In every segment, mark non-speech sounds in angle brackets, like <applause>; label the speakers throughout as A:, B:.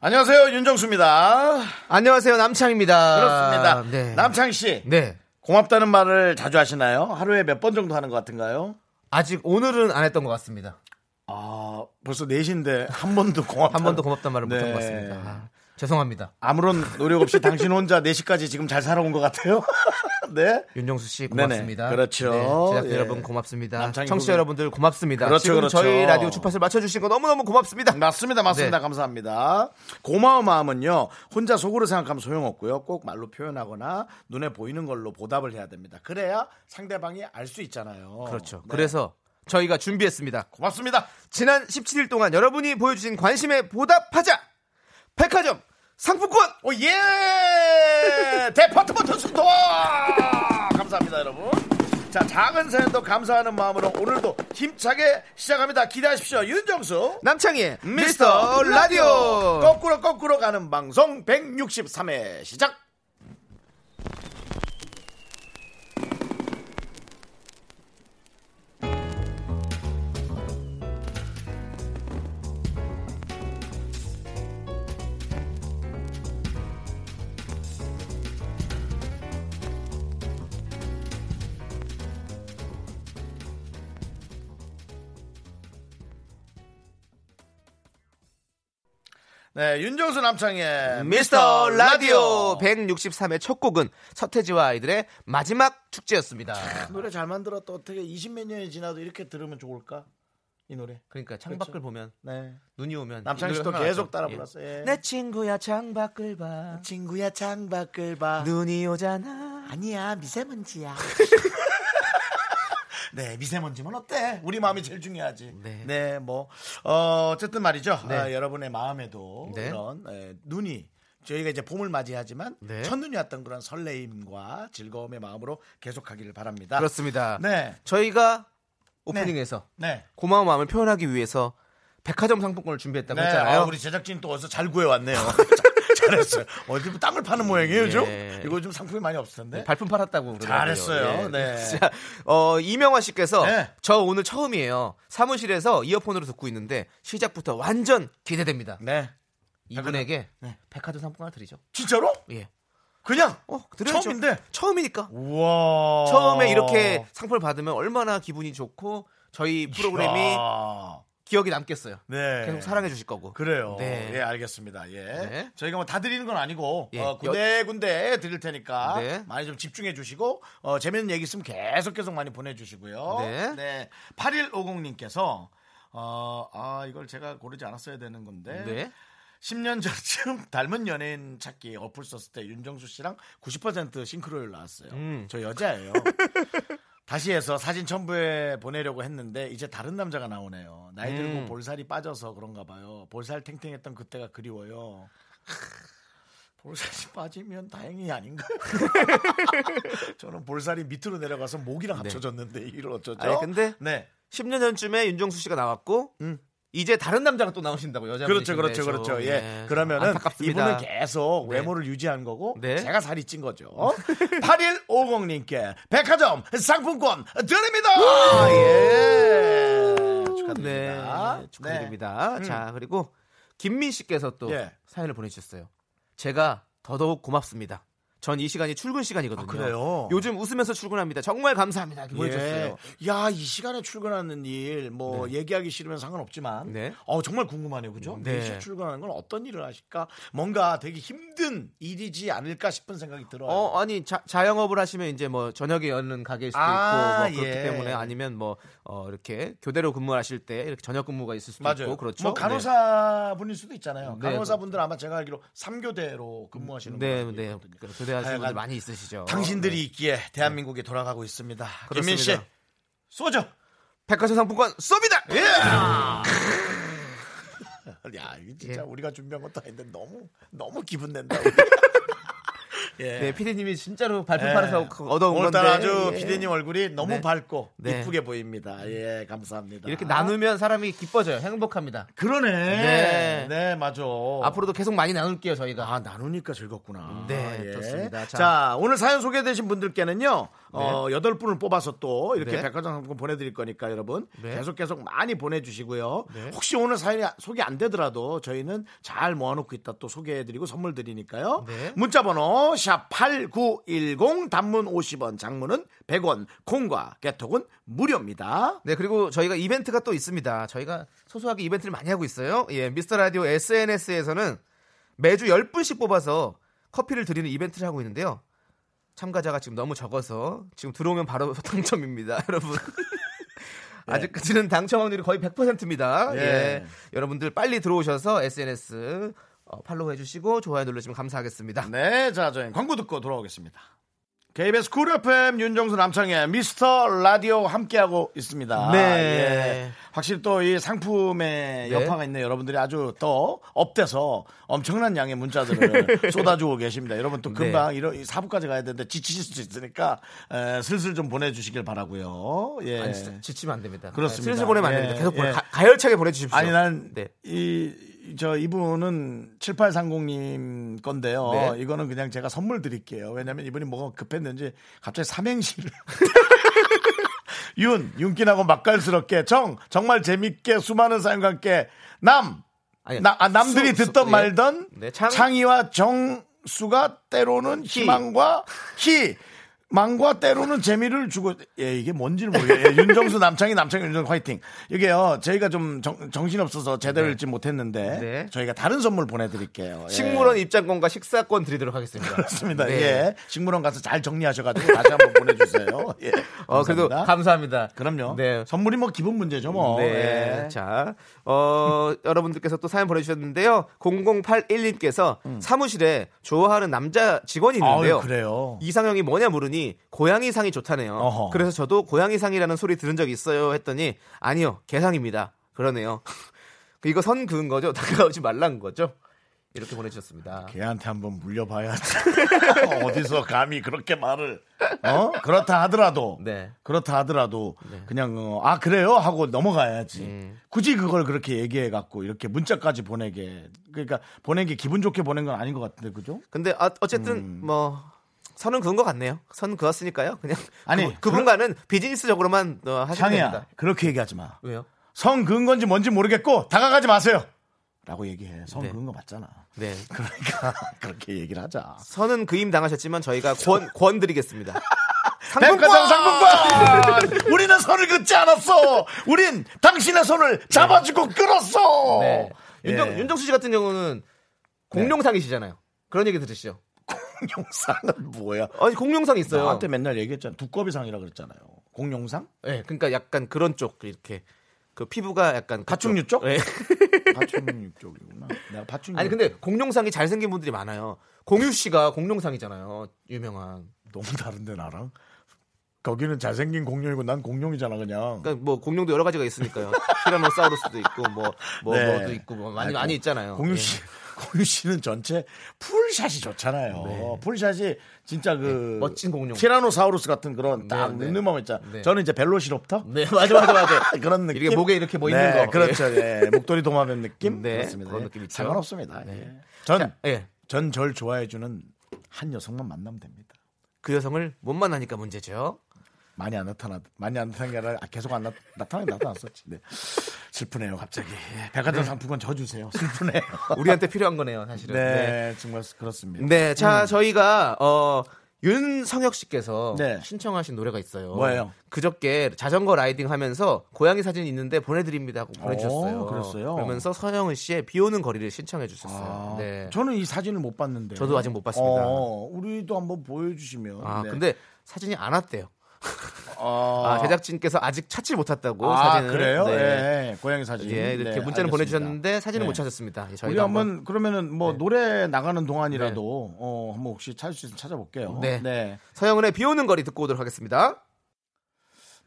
A: 안녕하세요 윤정수입니다.
B: 안녕하세요 남창입니다.
A: 그렇습니다.
B: 네.
A: 남창 씨
B: 네.
A: 고맙다는 말을 자주 하시나요? 하루에 몇 번 정도 하는 것 같은가요?
B: 아직 오늘은 안 했던 것 같습니다.
A: 아 벌써 4시인데 한 번도 고맙다
B: 한 번도 고맙단 말을
A: 네.
B: 못한 것 같습니다. 아, 죄송합니다.
A: 아무런 노력 없이 당신 혼자 4시까지 지금 잘 살아온 것 같아요. <laughs> 네.
B: 윤정수 씨 고맙습니다.
A: 네네, 그렇죠.
B: 제작자
A: 예.
B: 여러분 고맙습니다.
A: 남창희 부분.
B: 청취자 여러분들 고맙습니다.
A: 그렇죠,
B: 지금
A: 그렇죠.
B: 저희 라디오 주파수를 맞춰주신 거 너무너무 고맙습니다.
A: 맞습니다, 맞습니다.
B: 네.
A: 감사합니다. 고마운 마음은요, 혼자 속으로 생각하면 소용없고요. 꼭 말로 표현하거나 눈에 보이는 걸로 보답을 해야 됩니다. 그래야 상대방이 알 수 있잖아요.
B: 그렇죠.
A: 네.
B: 그래서 저희가 준비했습니다.
A: 고맙습니다.
B: 지난 17일 동안 여러분이 보여주신 관심에 보답하자! 백화점 상품권!
A: 오, 어, 예! 데파트먼트 수도! 감사합니다, 여러분. 자, 작은 사연도 감사하는 마음으로 오늘도 힘차게 시작합니다. 기대하십시오. 윤정수.
B: 남창희의 미스터 라디오!
A: 거꾸로 거꾸로 가는 방송 163회 시작! 네, 윤정수 남창의
B: 미스터 라디오 163의 첫 곡은 서태지와 아이들의 마지막 축제였습니다.
A: 노래 잘 만들었다. 어떻게 20몇 년이 지나도 이렇게 들으면 좋을까? 이 노래.
B: 그러니까 창밖을 보면
A: 네.
B: 눈이 오면
A: 남창희
B: 이
A: 씨도
B: 노래가
A: 계속
B: 나왔죠.
A: 따라
B: 예.
A: 불렀어요. 예.
B: 내 친구야 창밖을 봐
A: 친구야 창밖을 봐.
B: 눈이 오잖아
A: 아니야 미세먼지야. <laughs> 네 미세먼지면 어때? 우리 마음이 제일 중요하지.
B: 네.
A: 네뭐 어, 어쨌든 말이죠.
B: 네.
A: 아, 여러분의 마음에도
B: 네.
A: 그런 에, 눈이 저희가 이제 봄을 맞이하지만
B: 네.
A: 첫눈이 왔던 그런 설레임과 즐거움의 마음으로 계속하기를 바랍니다.
B: 그렇습니다
A: 아. 네.
B: 저희가 오프닝에서
A: 네.
B: 고마운 마음을 표현하기 위해서 백화점 상품권을 준비했다고
A: 네.
B: 했잖아요
A: 아, 우리 제작진 또 어서 잘 구해왔네요. <laughs> 자- 잘했어요. 어디 뭐 땅을 파는 모양이에요, 요즘?
B: 예.
A: 이거 좀 상품이 많이 없을 텐데.
B: 네, 발품 팔았다고 그러더라고요.
A: 잘했어요.
B: 예. <laughs>
A: 네.
B: 자, 어, 이명화 씨께서
A: 네.
B: 저 오늘 처음이에요. 사무실에서 이어폰으로 듣고 있는데 시작부터 완전 기대됩니다.
A: 네.
B: 이분에게
A: 네.
B: 백화점 상품권 드리죠.
A: 진짜로?
B: 예.
A: 그냥
B: 어, 드려야죠.
A: 처음인데?
B: 처음이니까.
A: 우와.
B: 처음에 이렇게 상품을 받으면 얼마나 기분이 좋고 저희 프로그램이
A: 이야.
B: 기억에 남겠어요.
A: 네.
B: 계속 사랑해 주실 거고.
A: 그래요.
B: 네.
A: 예, 알겠습니다. 예.
B: 네.
A: 저희가 뭐 다 드리는 건 아니고
B: 예.
A: 어, 군데군데 드릴 테니까
B: 네.
A: 많이 좀 집중해 주시고 어, 재밌는 얘기 있으면 계속 계속 많이 보내 주시고요.
B: 네.
A: 8150 님께서 어, 아, 이걸 제가 고르지 않았어야 되는 건데.
B: 네.
A: 10년 전쯤 <laughs> 닮은 연예인 찾기 어플 썼을 때 윤정수 씨랑 90% 싱크로율 나왔어요.
B: 음.
A: 저
B: <laughs>
A: 여자예요. 다시 해서 사진 첨부해 보내려고 했는데 이제 다른 남자가 나오네요. 나이 들고
B: 음.
A: 볼살이 빠져서 그런가 봐요. 볼살 탱탱했던 그때가 그리워요. 볼살이 빠지면 다행이 아닌가요? <laughs> 저는 볼살이 밑으로 내려가서 목이랑 합쳐졌는데 이걸 어쩌죠?
B: 네. 아니, 근데
A: 네.
B: 10년 전쯤에 윤정수 씨가 나왔고
A: 음.
B: 이제 다른 남자가 또 나오신다고 여자
A: 그렇죠, 그렇죠, 그렇죠. 예. 그러면은 이분은 계속 외모를 유지한 거고
B: 네.
A: 제가 살이 찐 거죠. <laughs> 8150님께 백화점 상품권 드립니다. 예. 축하드립니다.
B: 아, 어,
A: 음.
B: 네, 축하드립니다. 자, 그리고 김민 씨께서 또
A: 예.
B: 사연을 보내주셨어요. 제가 더더욱 고맙습니다. 전 이 시간이 출근 시간이거든요.
A: 아, 그래요?
B: 요즘 웃으면서 출근합니다. 정말 감사합니다. 이렇게 보내주셨어요.
A: 예. 야, 이 시간에 출근하는 일, 뭐, 얘기하기 싫으면 상관없지만,
B: 네.
A: 어, 정말 궁금하네요. 그죠?
B: 네.
A: 4시 출근하는 건 어떤 일을 하실까? 뭔가 되게 힘든 일이지 않을까 싶은 생각이 들어요.
B: 어, 아니 자, 자영업을 하시면 이제 뭐 저녁에 여는 가게일 수도
A: 아,
B: 있고 뭐 그렇기
A: 예.
B: 때문에 아니면 뭐 어, 이렇게 교대로 근무하실 때 이렇게 저녁 근무가 있을 수도 있고 그렇죠.
A: 뭐 간호사 분일 수도 있잖아요.
B: 네,
A: 간호사 분들 아마 제가 알기로 3교대로 근무하시는
B: 네,
A: 분들
B: 네,
A: 있거든요.
B: 네. 교대하시는 분들
A: 하여간
B: 많이 있으시죠.
A: 당신들이
B: 네.
A: 있기에 대한민국이 돌아가고 있습니다. 김민 씨,
B: 그렇습니다. 예!
A: 쏘죠.
B: 백화점 상품권 쏩니다.
A: 예! <laughs> 야, 이거
B: 예.
A: 진짜 우리가 준비한 것도 아닌데 너무 너무 기분 낸다. 예.
B: 네, 피디님이 진짜로 발표
A: 예.
B: 팔아서 <laughs> 그- 얻어온 건데.
A: 오늘따라 아주
B: 예.
A: 피디님 얼굴이 너무
B: 네.
A: 밝고
B: 네.
A: 이쁘게 보입니다. 예, 감사합니다.
B: 이렇게 나누면 사람이 기뻐져요. 행복합니다.
A: 그러네.
B: 네.
A: 네, 맞아.
B: 앞으로도 계속 많이 나눌게요, 저희가.
A: 아 나누니까 즐겁구나. 예.
B: 네, 좋습니다. 자.
A: 자. 오늘 사연 소개되신 분들께는요, 어, 여덟 분을 뽑아서 또 이렇게
B: 네.
A: 백화점 상품 보내드릴 거니까 여러분
B: 네.
A: 계속 계속 많이 보내주시고요.
B: 네.
A: 혹시 오늘 사연이 소개 안 되더라도 저희는 잘 모아놓고 있다 또 소개해드리고 선물 드리니까요.
B: 네.
A: 문자번호 샵 #8910 단문 50원, 장문은 100원, 콩과 개톡은 무료입니다.
B: 네, 그리고 저희가 이벤트가 또 있습니다. 저희가 소소하게 이벤트를 많이 하고 있어요. 예, 미스터 라디오 SNS에서는 매주 10분씩 뽑아서 커피를 드리는 이벤트를 하고 있는데요. 참가자가 지금 너무 적어서 지금 들어오면 바로 <laughs> 당첨입니다,
A: <laughs>
B: 여러분. 아직까지는 당첨 확률이 거의 100%입니다. 예.
A: 네. 예.
B: 여러분들 빨리 들어오셔서 SNS 어, 팔로우 해주시고 좋아요 눌러주시면 감사하겠습니다.
A: 네, 자, 저희 광고 듣고 돌아오겠습니다. KBS 쿨 FM 윤정수 남창의 미스터 라디오 함께하고 있습니다.
B: 네.
A: 예. 확실히 또 이 상품의
B: 네.
A: 여파가 있네 여러분들이 아주 또 업돼서 엄청난 양의
B: <laughs>
A: 문자들을 쏟아주고 계십니다. 여러분 또 금방
B: 네.
A: 이런 사부까지 가야 되는데 지치실 수 있으니까 에, 슬슬 좀 보내주시길 바라고요. 예.
B: 아니, 진짜 지치면 안 됩니다. 네,
A: 그렇습니다.
B: 슬슬 보내면 안
A: 예,
B: 됩니다. 계속 보내-
A: 예.
B: 가, 가열차게 보내주십시오.
A: 아니
B: 네.
A: 난 이 저 이분은 7830님 건데요.
B: 네.
A: 이거는 그냥 제가 선물 드릴게요. 왜냐면 이분이 뭐가 급했는지 갑자기 삼행시를 <laughs> 윤 윤기나고 맛깔스럽게 정 정말 재밌게 수많은 사연과 함께 남
B: 아니,
A: 나, 아, 남들이
B: 수- 수-
A: 듣던
B: 예.
A: 말던
B: 네, 창-
A: 창... 의와 정수가 때로는 희망과 희 망과 때로는 재미를 주고 예 이게 뭔지를 모르겠어요. 예, 윤정수 남창희 남창희 윤정수 화이팅. 이게요 저희가 좀 정, 신 없어서 제대로 읽지 못했는데
B: 네.
A: 저희가 다른 선물 보내드릴게요. 예.
B: 식물원 입장권과 식사권 드리도록 하겠습니다.
A: 그렇습니다.
B: 네.
A: 예 식물원 가서 잘 정리하셔가지고 다시 한번 보내주세요. 예.
B: <laughs> 어, 그래도
A: 감사합니다.
B: 감사합니다.
A: 그럼요.
B: 네.
A: 선물이 뭐 기본 문제죠 뭐.
B: 네.
A: 예.
B: 자, 어, <laughs> 여러분들께서 또 사연 보내주셨는데요. 0081님께서 사무실에 좋아하는 남자 직원이 있는데요.
A: 음. 아유 그래요.
B: 이상형이 뭐냐 물으니 고양이상이 좋다네요.
A: 어허.
B: 그래서 저도 고양이상이라는 소리 들은 적 있어요 했더니 아니요 개상입니다. 그러네요. <laughs> 이거 선 그은 거죠? <laughs> 다가오지 말란 거죠? 이렇게 보내주셨습니다.
A: 걔한테 한번 물려봐야지. <laughs> 어디서 감히 그렇게 말을. 어? 그렇다 하더라도.
B: 네.
A: 그렇다 하더라도 그냥 어, 아 그래요 하고 넘어가야지.
B: 음.
A: 굳이 그걸 그렇게 얘기해 갖고 이렇게 문자까지 보내게. 그러니까 보낸 게 기분 좋게 보낸 건 아닌 것 같은데 그죠?
B: 근데 아, 어쨌든
A: 음.
B: 뭐 선은 그은 것 같네요. 선 그었으니까요. 그냥
A: 아니,
B: 그, 분과는 비즈니스적으로만 어, 하시면
A: 창이야
B: 됩니다.
A: 그렇게 얘기하지 마.
B: 왜요?
A: 성 그은 건지 뭔지 모르겠고 다가가지 마세요. 라고 얘기해. 성
B: 네.
A: 그은 거 맞잖아. <laughs>
B: 네.
A: 그러니까 그렇게 얘기를 하자.
B: 선은 그임 당하셨지만 저희가
A: <laughs>
B: 권, 권 드리겠습니다.
A: 백화점 상품권! <laughs> 우리는 손을 긋지 않았어! 우린 당신의 손을 잡아주고 끌었어!
B: 네.
A: 예. 네.
B: 윤정, 윤정수 씨 같은 경우는 공룡상이시잖아요. 그런 얘기 들으시죠.
A: 공룡상은 뭐야?
B: 아니 공룡상 있어요.
A: 나한테 맨날 얘기했잖아. 두꺼비상이라 그랬잖아요. 공룡상?
B: 네, 그러니까 약간 그런 쪽 이렇게 그 피부가 약간
A: 가축류 쪽?
B: 네.
A: <laughs> 파충육 쪽이구나. 내가 파충육.
B: 아니 근데 공룡상이 잘생긴 분들이 많아요. 공유 씨가 공룡상이잖아요. 유명한.
A: 너무 다른데 나랑? 거기는 잘생긴 공룡이고 난 공룡이잖아 그냥.
B: 그러니까 뭐 공룡도 여러
A: <laughs>
B: 가지가 있으니까요. 티라노사우루스도 있고 뭐, 뭐
A: 네.
B: 뭐도 있고 뭐 많이
A: 아이고,
B: 많이 있잖아요.
A: 공유 씨, <laughs> 공유 씨는 전체 풀샷이 좋잖아요. 풀샷이 진짜 그
B: 네, 멋진 공룡.
A: 티라노사우루스 같은 그런 딱
B: 네, 네.
A: 웃는 마음 있잖아.
B: 네.
A: 저는 이제 벨로시롭터.
B: 네, 맞아 맞아 맞아.
A: <laughs> 그런 느낌.
B: 이게 목에 이렇게 뭐
A: 네,
B: 있는 거.
A: 그렇죠. 예. 목도리 도마뱀 느낌.
B: 네,
A: 그렇습니다.
B: 그런
A: 예.
B: 느낌 있죠. 네.
A: 상관없습니다. 예.
B: 자, 예.
A: 전전 절 좋아해 주는 한 여성만 만나면 됩니다.
B: 그 여성을 못 만나니까 문제죠. 많이
A: 많이 안 나타나 많이 안 나타난 게 아니라 아, 계속 안 나, 나타나긴 나타났었지. 네. 슬프네요, 갑자기. 예, 백화점 상품권 져 주세요. 슬프네요.
B: 우리한테 필요한 <laughs> 거네요, 사실은.
A: 아. 네, 음. 정말 그렇습니다.
B: 네, 자 저희가 어 윤성혁 씨께서
A: 네.
B: 신청하신 노래가 있어요.
A: 뭐예요?
B: 그저께 자전거 라이딩 하면서 고양이 사진 있는데 보내드립니다 하고 보내주셨어요.
A: 오, 그랬어요?
B: 그러면서 서영은 씨의 비 오는 거리를 신청해 주셨어요.
A: 아,
B: 네.
A: 저는 이 사진을 못 봤는데.
B: 저도 아직 못 봤습니다.
A: 어, 우리도 한번 보여주시면.
B: 아
A: 네.
B: 근데 사진이 안 왔대요.
A: 아,
B: 아, 제작진께서 아직 찾지 못했다고
A: 아,
B: 사진을.
A: 그래요?
B: 네.
A: 예, 고양이 사진.
B: 예, 이렇게
A: 네,
B: 문자는
A: 알겠습니다.
B: 보내주셨는데 사진을
A: 네.
B: 못 찾았습니다. 저희가
A: 우리 한번, 그러면은 뭐 노래 나가는 동안이라도
B: 네.
A: 어 한번 혹시 찾을 수 있으면 찾아볼게요.
B: 네.
A: 네.
B: 서영은의 비 오는 거리 듣고 오도록 하겠습니다.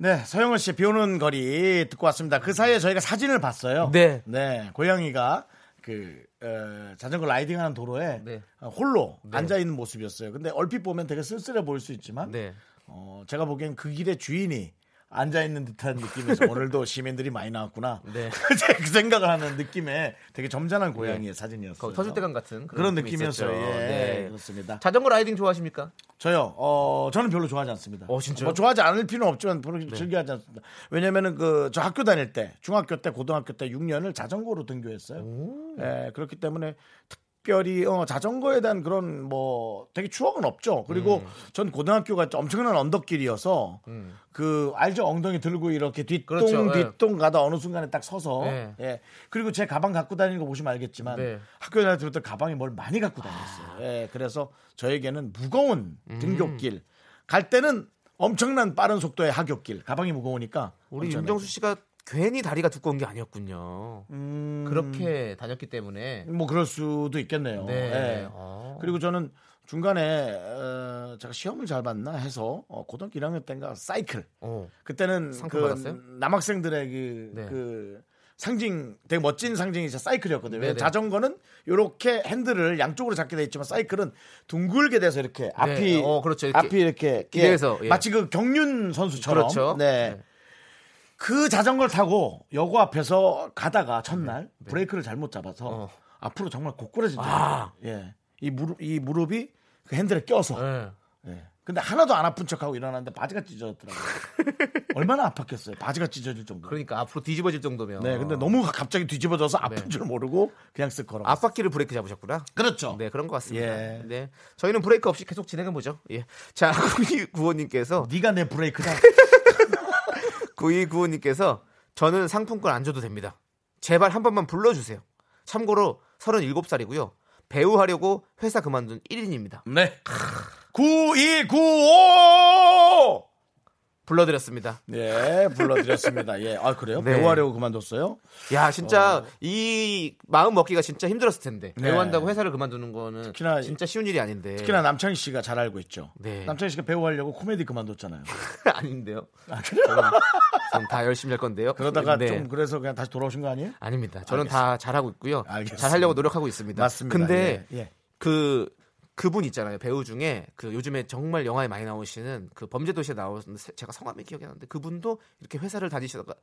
A: 네, 서영은 씨, 비 오는 거리 듣고 왔습니다. 그 사이에 저희가 사진을 봤어요.
B: 네.
A: 네, 고양이가 그, 어, 자전거 라이딩 하는 도로에
B: 네.
A: 어, 홀로 앉아있는 모습이었어요. 근데 얼핏 보면 되게 쓸쓸해 보일 수 있지만,
B: 네.
A: 어, 제가 보기엔 그 길의 주인이 앉아있는 듯한
B: <laughs>
A: 느낌에서 오늘도 시민들이 많이 나왔구나. <laughs>
B: 네.
A: 그 생각을 하는 느낌의 되게 점잖은 고양이의 사진이었어요.
B: 거기 터줏대감 같은
A: 그렇죠. 그런
B: 느낌이
A: 느낌이었어요.
B: 있었죠.
A: 예,
B: 네.
A: 그렇습니다.
B: 자전거 라이딩 좋아하십니까?
A: 저요. 어, 저는 별로 좋아하지 않습니다.
B: 어, 진짜요? 네.
A: 뭐 좋아하지 않을 필요는 없지만 별로 즐겨하지 않습니다. 왜냐면은 그 저 학교 다닐 때, 중학교 때, 고등학교 때 6년을 자전거로 등교했어요. 예, 그렇기 때문에 특별히 어, 자전거에 대한 그런 뭐 되게 추억은 없죠. 그리고
B: 음.
A: 전 고등학교가 엄청난 언덕길이어서 그 알죠 엉덩이 들고 이렇게 뒷동
B: 그렇죠. 예.
A: 뒷동 가다 어느 순간에 딱 서서
B: 예.
A: 예. 그리고 제 가방 갖고 다니는 거 보시면 알겠지만
B: 네. 아.
A: 학교 다닐 때부터 가방에 뭘 많이 갖고 다녔어요. 예, 그래서 저에게는 무거운
B: 음.
A: 등굣길 갈 때는 엄청난 빠른 속도의 하굣길 가방이 무거우니까
B: 우리
A: 엄청나게.
B: 윤정수 씨가 괜히 다리가 두꺼운 게 아니었군요.
A: 음,
B: 그렇게 다녔기 때문에
A: 뭐 그럴 수도 있겠네요.
B: 네.
A: 예.
B: 어.
A: 그리고 저는 중간에 어, 제가 시험을 잘 봤나 해서 어, 고등학교 1학년 때인가 사이클
B: 어.
A: 그때는
B: 상금
A: 그
B: 받았어요?
A: 남학생들의 그,
B: 네.
A: 그 상징 되게 멋진 상징이 진짜 사이클이었거든요.
B: 네네.
A: 자전거는 이렇게 핸들을 양쪽으로 잡게 돼 있지만 사이클은 둥글게 돼서 이렇게 앞이
B: 어, 그렇죠. 이렇게
A: 앞이 이렇게
B: 기대해서,
A: 예.
B: 예.
A: 마치 그 경륜 선수처럼
B: 그렇죠.
A: 네.
B: 네.
A: 그 자전거를 타고 여고 앞에서 가다가 첫날 브레이크를 잘못 잡아서
B: 네. 어.
A: 앞으로 정말 고꾸라진 적이
B: 아.
A: 있어요. 예. 이 무릎 이 무릎이 그 핸들에 껴서
B: 예.
A: 예. 근데 하나도 안 아픈 척하고 일어났는데 바지가
B: <laughs>
A: 찢어졌더라고요. 얼마나 아팠겠어요. 바지가 찢어질 정도.
B: 그러니까 앞으로 뒤집어질 정도면.
A: 네, 근데 너무 갑자기 뒤집어져서 아픈
B: 네.
A: 줄 모르고 그냥 쓱 걸어.
B: 앞바퀴를 브레이크 잡으셨구나.
A: 그렇죠.
B: 네, 그런 것 같습니다.
A: 예.
B: 네. 저희는 브레이크 없이 계속 진행해 보죠. 예. 자, <laughs> 구이 구호님께서
A: 네가 내
B: <laughs>
A: 브레이크다.
B: 그 구이 구호님께서 저는 상품권 안 줘도 됩니다. 제발 한 번만 불러주세요. 참고로 37살이고요. 배우 하려고 회사 그만둔 1인입니다.
A: 네. 9295!
B: 불러드렸습니다.
A: 예, 불러드렸습니다. 예. 아, 그래요?
B: 네.
A: 배우하려고 그만뒀어요?
B: 야, 진짜 이 마음 먹기가 진짜 힘들었을 텐데
A: 어. 네.
B: 배우한다고 회사를 그만두는 거는
A: 특히나-
B: 진짜 쉬운 일이 아닌데
A: 특히나 남창희 씨가 잘 알고 있죠.
B: 네.
A: 남창희 씨가 배우하려고 코미디 그만뒀잖아요.
B: <laughs> 아닌데요.
A: 아, 그래요?
B: 저는 다 열심히 할 건데요.
A: 그러다가
B: 네.
A: 좀 그래서 그냥 다시 돌아오신 거 아니에요?
B: 아닙니다. 저는 다 잘하고 있고요.
A: 알겠습니다.
B: 잘 하려고 노력하고 있습니다.
A: 맞습니다.
B: 근데
A: 예, 예.
B: 그 그분 있잖아요. 배우 중에 그 요즘에 정말 영화에 많이 나오시는 그 범죄도시에 나오는 세- 제가 성함이 기억이 안 나는데 그분도 이렇게 회사를 다니시다가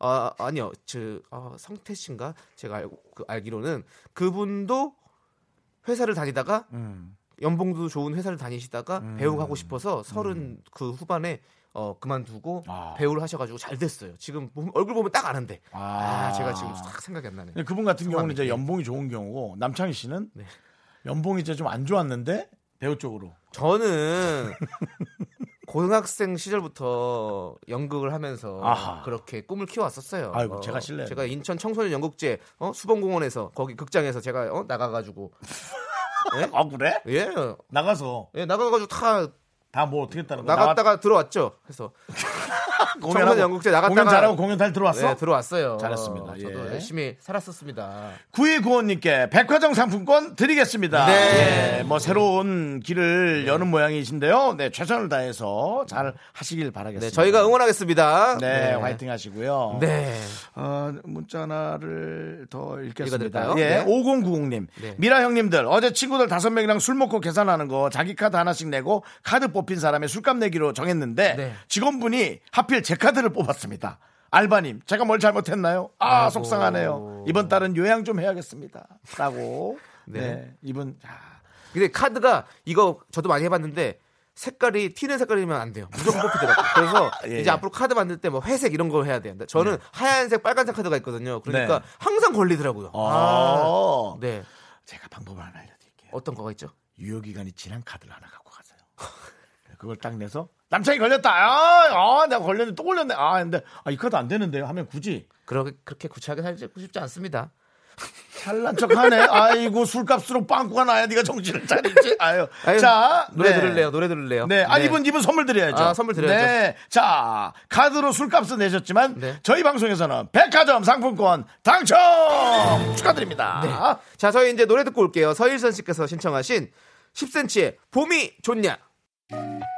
B: 아 아니요. 저 어, 성태 씨인가 제가 알고 그 알기로는 그분도 회사를 다니다가
A: 음.
B: 연봉도 좋은 회사를 다니시다가 배우 하고 싶어서 서른 그 후반에 어 그만두고
A: 음. 아.
B: 배우를 하셔가지고 잘 됐어요. 지금 보면- 얼굴 보면 딱 아는데 아,
A: 아.
B: 제가 지금 딱 생각이 안 나네.
A: 근데 그분 같은 경우는 이제
B: 성함이.
A: 연봉이 좋은 경우고 남창희 씨는
B: 네.
A: 연봉이 이제 좀 안 좋았는데 배우 쪽으로.
B: 저는 고등학생 시절부터 연극을 하면서
A: 아하.
B: 그렇게 꿈을 키워왔었어요.
A: 아이고, 제가 실례네요.
B: 제가 인천 청소년 연극제 어, 수봉공원에서 거기 극장에서 제가 어, 나가가지고
A: 아 그래?
B: 예,
A: 나가서
B: 예 나가가지고 다
A: 다 뭐 어떻게 했다는 거야?
B: 나갔다가 들어왔죠.
A: <laughs>
B: 그래서 청소년 연극제 나갔다가
A: 공연 잘하고 공연 잘 들어왔어?
B: 예, 들어왔어요.
A: 잘했습니다.
B: 어, 저도
A: 예.
B: 열심히 살았었습니다.
A: 구이구원님께 백화점 상품권 드리겠습니다.
B: 네.
A: 예, 뭐 새로운 길을 여는 모양이신데요. 네, 최선을 다해서 잘 하시길 바라겠습니다.
B: 네, 저희가 응원하겠습니다.
A: 네, 화이팅 하시고요.
B: 네.
A: 어, 문자 하나를 더 읽겠습니다.
B: 읽어드릴까요?
A: 예,
B: 네.
A: 5090님.
B: 네.
A: 미라 형님들, 어제 친구들 다섯 명이랑 술 먹고 계산하는 거 자기 카드 하나씩 내고 카드 뽑힌 사람의 술값 내기로 정했는데
B: 네.
A: 직원분이 하필 제 카드를 뽑았습니다. 알바님, 제가 뭘 잘못했나요? 아,
B: 아이고.
A: 속상하네요. 이번 달은 요양 좀 해야겠습니다.
B: <laughs>
A: 라고. 네. 이분, 아,
B: 근데 카드가 이거 저도 많이 해봤는데 색깔이 튀는 색깔이면 안 돼요. 무조건
A: <laughs>
B: 뽑히더라고요. 그래서
A: 예, 예.
B: 이제 앞으로 카드 만들 때 뭐 회색 이런 거 해야 돼요. 저는 하얀색, 빨간색 카드가 있거든요. 그러니까
A: 네.
B: 항상 걸리더라고요.
A: 아.
B: 네.
A: 제가 방법을 하나 알려드릴게요.
B: 어떤 거가 있죠?
A: 유효기간이 지난 카드를 하나 갖고 가세요. <laughs> 그걸 딱 내서 남창이 걸렸다. 아, 아, 내가 걸렸는데 또 걸렸네. 아, 근데 아, 이 카드 안 되는데요. 하면 굳이
B: 그렇게, 그렇게 구차하게 살고 싶지 않습니다.
A: 잘난 척하네. 아이고 술값으로 빵꾸가 나야 네가 정신을 차리지. 아유.
B: 아유,
A: 자
B: 노래
A: 네.
B: 들을래요. 노래 들을래요.
A: 네, 아 이분 이분 선물 드려야죠.
B: 아, 선물 드려야죠.
A: 네, 자 카드로 술값은 내셨지만
B: 네.
A: 저희 방송에서는 백화점 상품권 당첨 축하드립니다.
B: 네. 자, 저희 이제 노래 듣고 올게요. 서일선 씨께서 신청하신 10cm의 봄이 좋냐.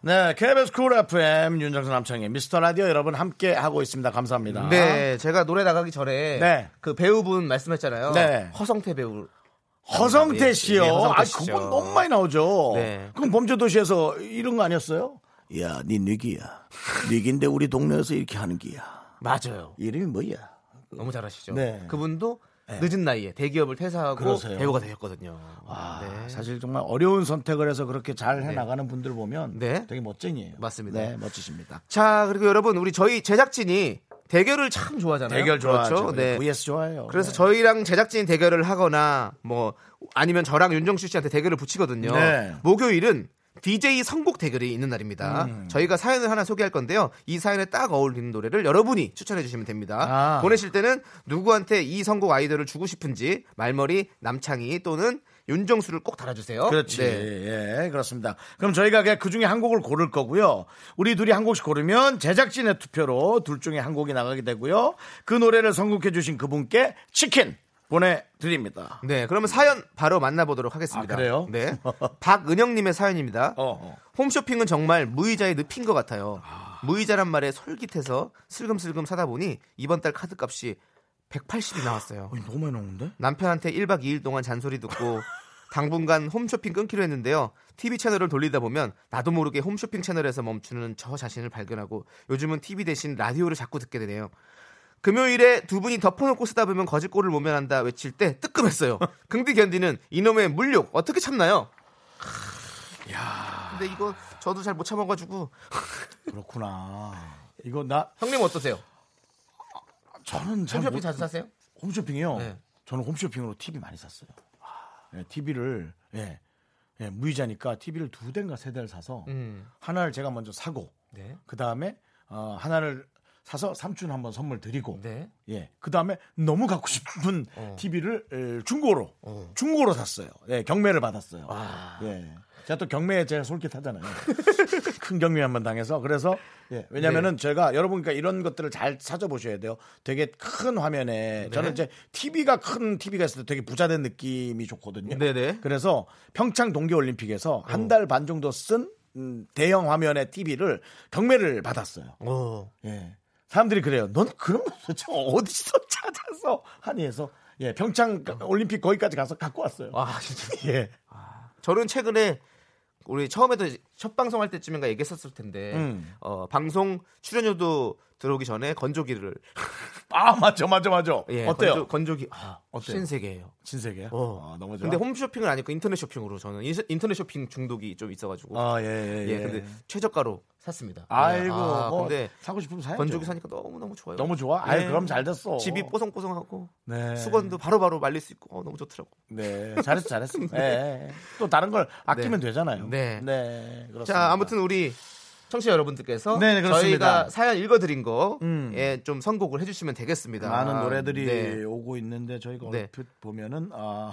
A: 네 KBS 쿨 FM 윤정수 남창희 미스터 라디오 여러분 함께 하고 있습니다 감사합니다
B: 네, 제가 노래 나가기 전에
A: 아. 네.
B: 그 배우분 말씀했잖아요.
A: 네.
B: 허성태 배우.
A: 허성태
B: 예,
A: 씨요
B: 예, 허성태
A: 아
B: 씨죠.
A: 그건 너무 많이 나오죠
B: 네.
A: 그럼 범죄도시에서 이런 거 아니었어요 야니 닉이야 닉인데 우리 동네에서 이렇게 하는 기야
B: 맞아요.
A: 이름이 뭐야
B: 너무 잘하시죠.
A: 네.
B: 그분도 늦은 나이에 대기업을 퇴사하고
A: 그러세요.
B: 배우가 되셨거든요. 네.
A: 사실 정말 어려운 선택을 해서 그렇게 잘 해나가는 분들 보면
B: 네.
A: 되게 멋쟁이에요.
B: 맞습니다.
A: 네, 멋지십니다.
B: 자, 그리고 여러분 우리 저희 제작진이 대결을 참 좋아하잖아요.
A: 대결 좋아하죠.
B: 그렇죠? 네.
A: VS 좋아해요.
B: 그래서
A: 네.
B: 저희랑 제작진 대결을 하거나 뭐 아니면 저랑 윤정수 씨한테 대결을 붙이거든요.
A: 네.
B: 목요일은 DJ 선곡 대결이 있는 날입니다.
A: 음.
B: 저희가 사연을 하나 소개할 건데요. 이 사연에 딱 어울리는 노래를 여러분이 추천해 주시면 됩니다.
A: 아.
B: 보내실 때는 누구한테 이 선곡 아이디어를 주고 싶은지 말머리 남창희 또는 윤정수를 꼭 달아주세요.
A: 그렇지.
B: 네.
A: 예, 그렇습니다. 그럼 저희가 그 중에 한 곡을 고를 거고요. 우리 둘이 한 곡씩 고르면 제작진의 투표로 둘 중에 한 곡이 나가게 되고요. 그 노래를 선곡해주신 그분께 치킨 보내드립니다.
B: 네, 그러면 사연 바로 만나보도록 하겠습니다.
A: 아, 그래요?
B: 네. 박은영님의 사연입니다.
A: 어, 어.
B: 홈쇼핑은 정말 무이자에 늪힌 것 같아요. 무이자란 말에 솔깃해서 슬금슬금 사다 보니 이번 달 카드값이 180이 나왔어요.
A: 어이, 너무 많이 나오는데?
B: 남편한테 1박 2일 동안 잔소리 듣고 <laughs> 당분간 홈쇼핑 끊기로 했는데요. TV 채널을 돌리다 보면 나도 모르게 홈쇼핑 채널에서 멈추는 저 자신을 발견하고 요즘은 TV 대신 라디오를 자꾸 듣게 되네요. 금요일에 두 분이 덮어놓고 쓰다 보면 거짓골을 모면한다 외칠 때 <laughs> 뜨끔했어요. 긍디 견디는 이놈의 물욕 어떻게 참나요? 근데 이거 저도 잘 못 참아가지고
A: 그렇구나. 이거 나,
B: 형님 어떠세요?
A: 저는 잘
B: 홈쇼핑
A: 못-
B: 자주 사세요?
A: 홈쇼핑이요.
B: 네.
A: 저는 홈쇼핑으로 TV 많이 샀어요. 예, TV를 예, 예, 무이자니까 TV를 두 대인가 세 대를 사서
B: 음.
A: 하나를 제가 먼저 사고
B: 네.
A: 그 다음에 어, 하나를 사서 삼촌 한번 선물 드리고
B: 네.
A: 예, 그 다음에 너무 갖고 싶은
B: 어.
A: TV를 중고로 중고로 샀어요. 예, 경매를 받았어요.
B: 아.
A: 예. 제가 또 경매에 제가
B: <laughs>
A: 솔깃하잖아요. 큰 경매 한 번 당해서 그래서
B: 네.
A: 예, 왜냐면은 제가 여러분 그러니까 이런 것들을 잘 찾아보셔야 돼요. 되게 큰
B: 네.
A: 화면에 저는 이제 TV가 큰 TV가 있을 때 되게 부자된 느낌이 좋거든요.
B: 네네. 어.
A: 그래서 평창 동계올림픽에서 한 달 반 정도 쓴 음, 대형 화면의 TV를 경매를 받았어요.
B: 어.
A: 예. 사람들이 그래요. 넌 그런 거 <laughs> 도대체 어디서 찾아서 한의에서 예, 평창 올림픽 거기까지 가서 갖고 왔어요.
B: 어. 아 진짜.
A: <laughs> 예.
B: 저는 최근에 우리 처음에도 첫 방송할 때쯤인가 얘기했었을 텐데
A: 음.
B: 어, 방송 출연료도 들어오기 전에 건조기를 <laughs>
A: 아, 맞죠. 맞죠. 맞죠.
B: 예,
A: 어때요?
B: 건조, 기 아,
A: 어때요?
B: 신세계예요.
A: 신세계요?
B: 어.
A: 아, 너무 좋아.
B: 근데 홈 쇼핑은 아니고 인터넷 쇼핑으로 저는 인스- 인터넷 쇼핑 중독이 좀 있어가지고
A: 아, 예, 예.
B: 예,
A: 예.
B: 근데 최저가로 샀습니다.
A: 아이고.
B: 예, 아,
A: 뭐
B: 근데
A: 사고 싶으면 사야죠.
B: 건조기 사니까 너무 너무 좋아요.
A: 너무 좋아. 아유,
B: 예.
A: 그럼 잘 됐어.
B: 집이 뽀송뽀송하고
A: 네.
B: 수건도 바로바로 말릴 수 있고 어, 너무 좋더라고.
A: 네. 잘했어.
B: <laughs>
A: 잘했어. 예. 또 다른 걸 아끼면
B: 네.
A: 되잖아요.
B: 네.
A: 네. 그렇습니다.
B: 자, 아무튼 우리 청취자 여러분들께서
A: 네, 네, 그렇습니다.
B: 저희가 사연 읽어드린 거에 예,
A: 음.
B: 좀 선곡을 해주시면 되겠습니다.
A: 많은 노래들이
B: 네.
A: 오고 있는데 저희가
B: 네.
A: 얼핏 보면은 아,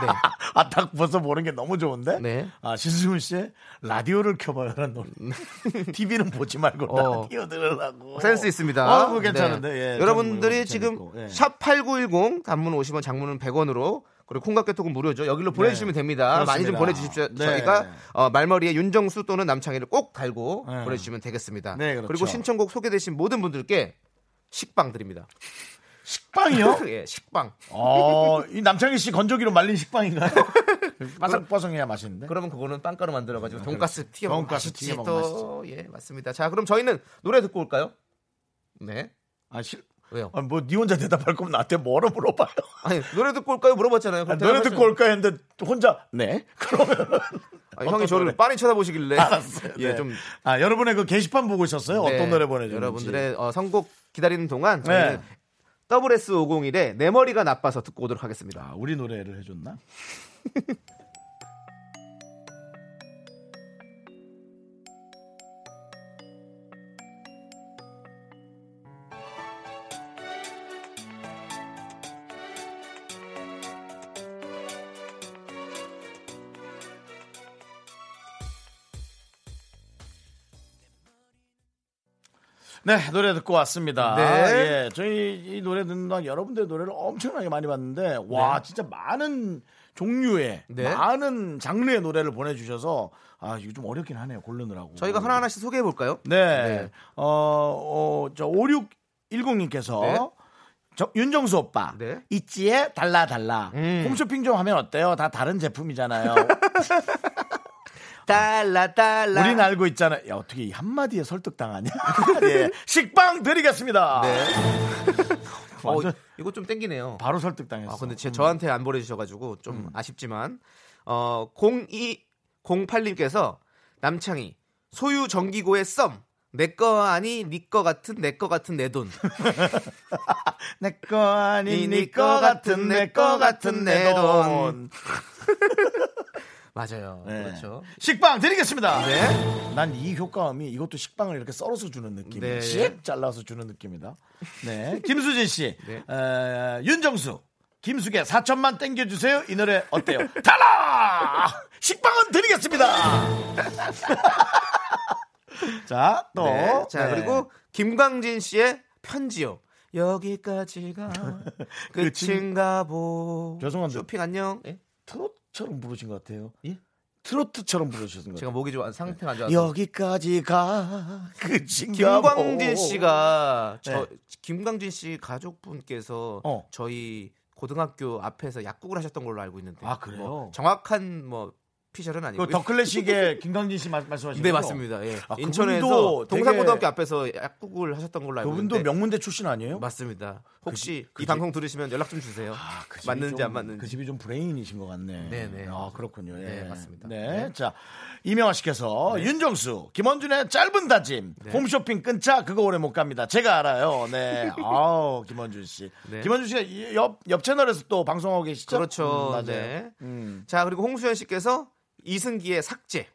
B: 네.
A: <laughs> 아, 딱 벌써 보는 게 너무 좋은데.
B: 네.
A: 아, 신승훈 씨의 라디오를 켜봐요라는
B: <laughs>
A: 노래. TV는 보지 말고
B: 어.
A: 라디오 들으라고.
B: 센스 있습니다.
A: 어, 그거 괜찮은데.
B: 네.
A: 예,
B: 여러분들이
A: 저는
B: 지금
A: 뭐 이거 재밌고, 예.
B: 샵 #8910 단문 50원, 장문은 100원으로 그리고 콩깍개톡은 무료죠. 여기로 보내주시면 됩니다. 많이 좀
A: 네. 그렇습니다.
B: 보내주십시오.
A: 네.
B: 저희가 어, 말머리에 윤정수 또는 남창희를 꼭 달고
A: 네.
B: 보내주시면 되겠습니다.
A: 네, 그렇죠.
B: 리고 신청곡 소개되신 모든 분들께 식빵 드립니다.
A: 식빵이요?
B: <laughs> 예, 식빵.
A: 어, 이 남창희 씨 건조기로 말린
B: <laughs>
A: 식빵인가요? 바삭바삭해야 맛있는데.
B: 그러면 그거는 빵가루 만들어가지고 돈가스 튀겨 먹으면
A: 아, 그렇죠. 돈가스
B: 맛있지
A: 튀겨 먹으면
B: 또. 예, 맞습니다. 자, 그럼 저희는 노래 듣고 올까요? 네.
A: 아, 실
B: 왜요?
A: 아, 뭐, 니 혼자 대답할 거면 나한테 뭐라 물어봐요.
B: 아니, 노래 듣고 올까요? 물어봤잖아요.
A: 아,
B: 그럼
A: 노래
B: 뭐 대답하시면-
A: 듣고 올까 했는데, 혼자, 네? 그러면.
B: 아, 형이 저를
A: 노래?
B: 빤히
A: <laughs>
B: 쳐다보시길래.
A: 알았어요.
B: 예,
A: 네.
B: 좀.
A: 아, 여러분의 그 게시판 보고 있었어요?
B: 네,
A: 어떤 노래 보내주는지. 네.
B: 여러분들의 어, 선곡 기다리는 동안 저희는 WS501의 내 머리가 나빠서 듣고 오도록 하겠습니다.
A: 아, 우리 노래를 해줬나? 네 노래 듣고 왔습니다.
B: 네.
A: 예, 저희 이 노래 듣는 동안 여러분들의 노래를 엄청나게 많이 봤는데 와 진짜 많은 종류의
B: 네.
A: 많은 장르의 노래를 보내주셔서 아 이거 좀 어렵긴 하네요 고르느라고.
B: 저희가 하나하나씩 소개해 볼까요?
A: 음. 네.
B: 네.
A: 어, 어, 저 5610님께서
B: 네.
A: 저, 윤정수 오빠
B: 네.
A: 있지에 달라 달라
B: 음.
A: 홈쇼핑 좀 하면 어때요? 다 다른 제품이잖아요.
B: 달라 <laughs> 달라.
A: 우린 알고 있잖아요. 야, 어떻게 이 한마디에 설득당하냐? <laughs> 예. 식빵 드리겠습니다.
B: 네. 어,
A: <laughs> 완전
B: 이거 좀 땡기네요.
A: 바로 설득당했어. 음.
B: 아, 근데 제, 저한테 안 보내주셔가지고 좀 아쉽지만 어 0208님께서 남창희 소유 정기고의 썸 내 거 아니 니 거 같은 내 거 같은 내
A: <laughs>
B: 돈
A: 내거 아닌
B: 니꺼
A: 니꺼 같은 내꺼 같은 내 돈.
B: 맞아요
A: 네.
B: 그렇죠
A: 식빵 드리겠습니다.
B: 네
A: 난 이 효과음이 이것도 식빵을 이렇게 썰어서 주는 느낌.
B: 네.
A: 씩 잘라서 주는 느낌이다.
B: <laughs>
A: 네. 김수진 씨.
B: 네.
A: 에, 윤정수. 김숙의 4천만 땡겨주세요. 이 노래 어때요? <laughs> 달라! 식빵은 드리겠습니다! <laughs> 자, 또.
B: 네. 자
A: 네.
B: 그리고 김광진 씨의 편지요
A: <laughs>
B: 여기까지가
A: 그
B: 끝인가 보
A: 죄송한데.
B: 쇼핑 안녕
A: 네.
B: 예?
A: 트로트처럼 부르신 것 같아요.
B: 예?
A: 트로트처럼 부르셨던 것
B: 제가 목이 좋아 상태가 안
A: 같아요.
B: 좋아서
A: 여기까지 가. 그 뭐. 끝인가 보.
B: 김광진 씨가 저
A: 어, 네.
B: 김광진 씨 가족분께서
A: 어.
B: 저희 고등학교 앞에서 약국을 하셨던 걸로 알고 있는데
A: 아, 그래요?
B: 뭐 정확한 뭐 피셜은 아니고
A: 그 더클래식의 <laughs> 김광진 씨 말- 말씀하시는
B: 네
A: 거죠?
B: 맞습니다. 예.
A: 아,
B: 인천에서
A: 그분도
B: 동산고등학교
A: 되게-
B: 앞에서 약국을 하셨던 걸로 알고
A: 그분도
B: 있는데
A: 명문대 출신 아니에요?
B: 네. 맞습니다. 혹시
A: 그
B: 이
A: 집-
B: 방송 들으시면 연락 좀 주세요.
A: 집이
B: 맞는지
A: 좀-
B: 안 맞는지.
A: 그 집이 좀 브레인이신 것 같네.
B: 네네.
A: 아 그렇군요. 예.
B: 네, 맞습니다.
A: 네. 자 이명아 씨께서 윤정수, 김원준의 짧은 다짐,
B: 네.
A: 홈쇼핑 끊자 그거 오래 못 갑니다. 제가 알아요. 네. 아우 김원준 씨.
B: 네.
A: 김원준 씨가 옆옆 채널에서 또 방송하고 계시죠?
B: 그렇죠.
A: 음, 맞아요.
B: 네.
A: 음.
B: 자 그리고 홍수연 씨께서 이승기의 삭제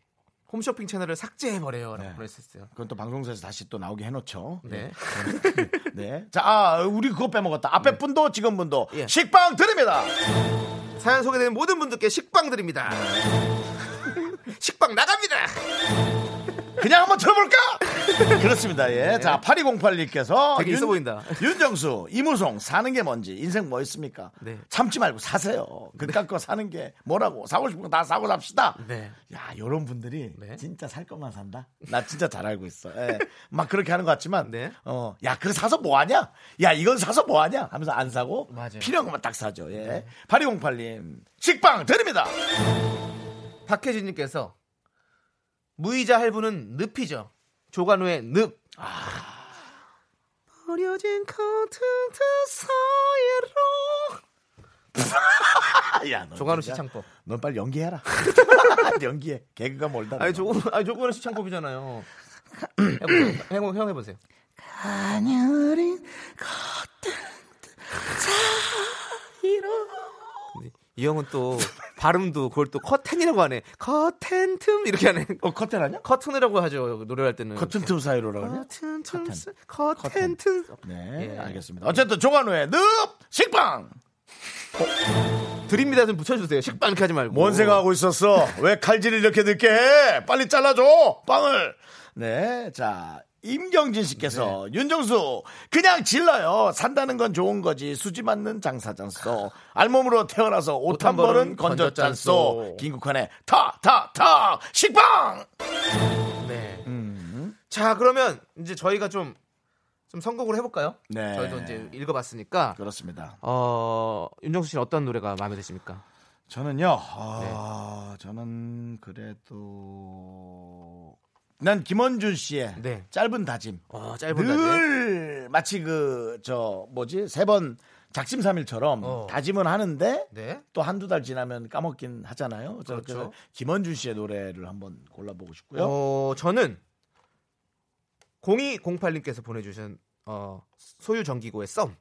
B: 홈쇼핑 채널을 삭제해 버려요라고
A: 네.
B: 보내셨어요.
A: 그건 또 방송사에서 다시 또 나오게 해놓죠.
B: 네.
A: <laughs> 네. 자, 아, 우리 그거 빼먹었다. 앞에 분도 지금 분도
B: 네. 예.
A: 식빵 드립니다.
B: 사연 소개되는 모든 분들께 식빵 드립니다. <laughs> 식빵 나갑니다.
A: 그냥 한번 들어볼까? 그렇습니다. 예. 자, 8208님께서
B: 네. 되게 있어 보인다.
A: 윤정수, 이무송 사는 게 뭔지 인생 뭐 있습니까?
B: 네.
A: 참지 말고 사세요. 그깟 거 사는 게 뭐라고 사고 싶은 거 다 사고 삽시다.
B: 네.
A: 야, 요런 분들이
B: 네.
A: 진짜 살 것만 산다. 나 진짜 잘 알고 있어. <laughs> 예. 막 그렇게 하는 것 같지만
B: 네.
A: 어, 야, 그거 사서 뭐 하냐? 야, 이건 사서 뭐 하냐? 하면서 안 사고
B: 맞아요.
A: 필요한 것만 딱 사죠. 예. 8208님. 식빵 드립니다.
B: 박혜진님께서 무이자 할부는 늪이죠. 조관우의 늪. 버려진 커튼트 사이로.
A: 아, 야, 너
B: 조관우
A: 진짜
B: 씨 창법.
A: 넌 빨리 <laughs> 연기해라. 연기해. 개그가 멀다. 너.
B: 아니 조관 아니 조관우 씨 창법이잖아요. 해보세요. 해보- 형 해보세요. 근데 이 형은 또 발음도 그걸 또 커튼이라고 하네. 커튼틈 이렇게 하네.
A: 어, 커튼 아니야?
B: 커튼이라고 하죠 노래할 때는.
A: 커튼 틈 사이로라고 하냐?
B: 커튼
A: 커튼.
B: 틈 사- 커튼 틈.
A: 네,
B: 예.
A: 알겠습니다. 어쨌든 조관우의 늪 식빵.
B: 드립니다 좀 붙여주세요. 식빵 이렇게 하지 말고.
A: 뭔 생각하고 있었어? 왜 칼질을 이렇게 늦게 해? 빨리 잘라줘 빵을. 네, 자 임경진 씨께서 윤정수 그냥 질러요. 산다는 건 좋은 거지 수지 맞는 장사잖소. 알몸으로 태어나서 옷 한 벌은 건졌잖소.
B: 건졌잖소.
A: 김국환의 타타타 식빵.
B: 네.
A: 음.
B: 자 그러면 이제 저희가 좀 좀 선곡을 해볼까요?
A: 네.
B: 저희도 이제 읽어봤으니까.
A: 그렇습니다.
B: 어 윤정수 씨는 어떤 노래가 마음에 드십니까?
A: 저는요. 아, 저는 그래도 난 김원준 씨의
B: 네.
A: 짧은 다짐.
B: 어 짧은 다들.
A: 늘 마치 그 저 뭐지 세 번 작심삼일처럼
B: 어.
A: 다짐은 하는데
B: 네.
A: 또 한두 달 지나면 까먹긴 하잖아요. 저
B: 그렇죠.
A: 그래서 김원준 씨의 노래를 한번 골라보고 싶고요.
B: 어 저는 0208님께서 보내주신 어 소유 정기고의 썸.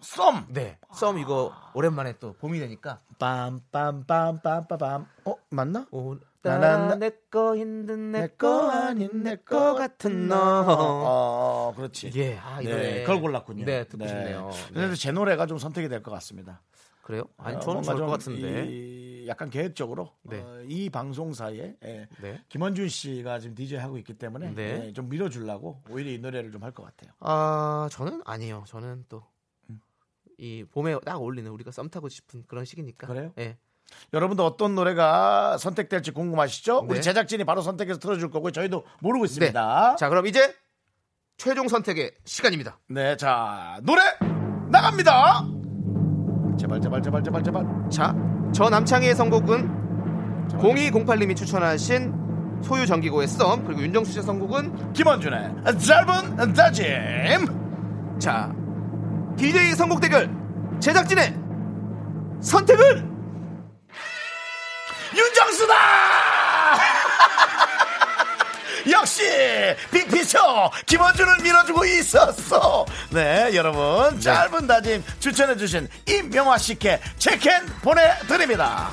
A: 썸.
B: 네. 썸 이거 오랜만에 또 봄이 되니까.
A: 빰빰빰빰빰빰. 어 맞나?
B: 오,
A: 나나나.
B: 내거 힘든
A: 내 거 아닌 내 거 같은 너. 어, 어, 그렇지.
B: 예, 아, 이
A: 네,
B: 노래.
A: 그걸 골랐군요.
B: 네, 듣고 싶네요.
A: 그래도
B: 네.
A: 제 노래가 좀 선택이 될 것 같습니다.
B: 그래요? 아니
A: 어,
B: 저는
A: 뭔가
B: 좋을 것
A: 좀
B: 같은데.
A: 이, 약간 계획적으로
B: 네.
A: 어, 이 방송사에 예,
B: 네.
A: 김원준 씨가 지금 DJ 하고 있기 때문에
B: 네.
A: 예, 좀 밀어주려고 오히려 이 노래를 좀 할 것 같아요.
B: 아 저는 아니요. 저는
A: 음.
B: 또 이 봄에 딱 어울리는 우리가 썸 타고 싶은 그런 시기니까.
A: 그래요?
B: 예.
A: 여러분도 어떤 노래가 선택될지 궁금하시죠?
B: 네.
A: 우리 제작진이 바로 선택해서 틀어줄 거고요. 저희도 모르고
B: 네.
A: 있습니다. 네, 자,
B: 자 그럼 이제 최종 선택의 시간입니다.
A: 네, 노래 나갑니다. 제발 제발 제발 제발 제발.
B: 자, 저 남창희의 선곡은
A: 제발.
B: 0208님이 추천하신 소유 전기고의 썸 그리고 윤정수 씨의 선곡은
A: 김원준의 짧은 다짐.
B: 자 DJ 선곡 대결 제작진의 선택을
A: 윤정수다. <laughs> 역시 빅피처 김원준을 밀어주고 있었어. 네, 여러분 짧은 다짐 추천해주신 임명화 씨께 체크인 보내드립니다.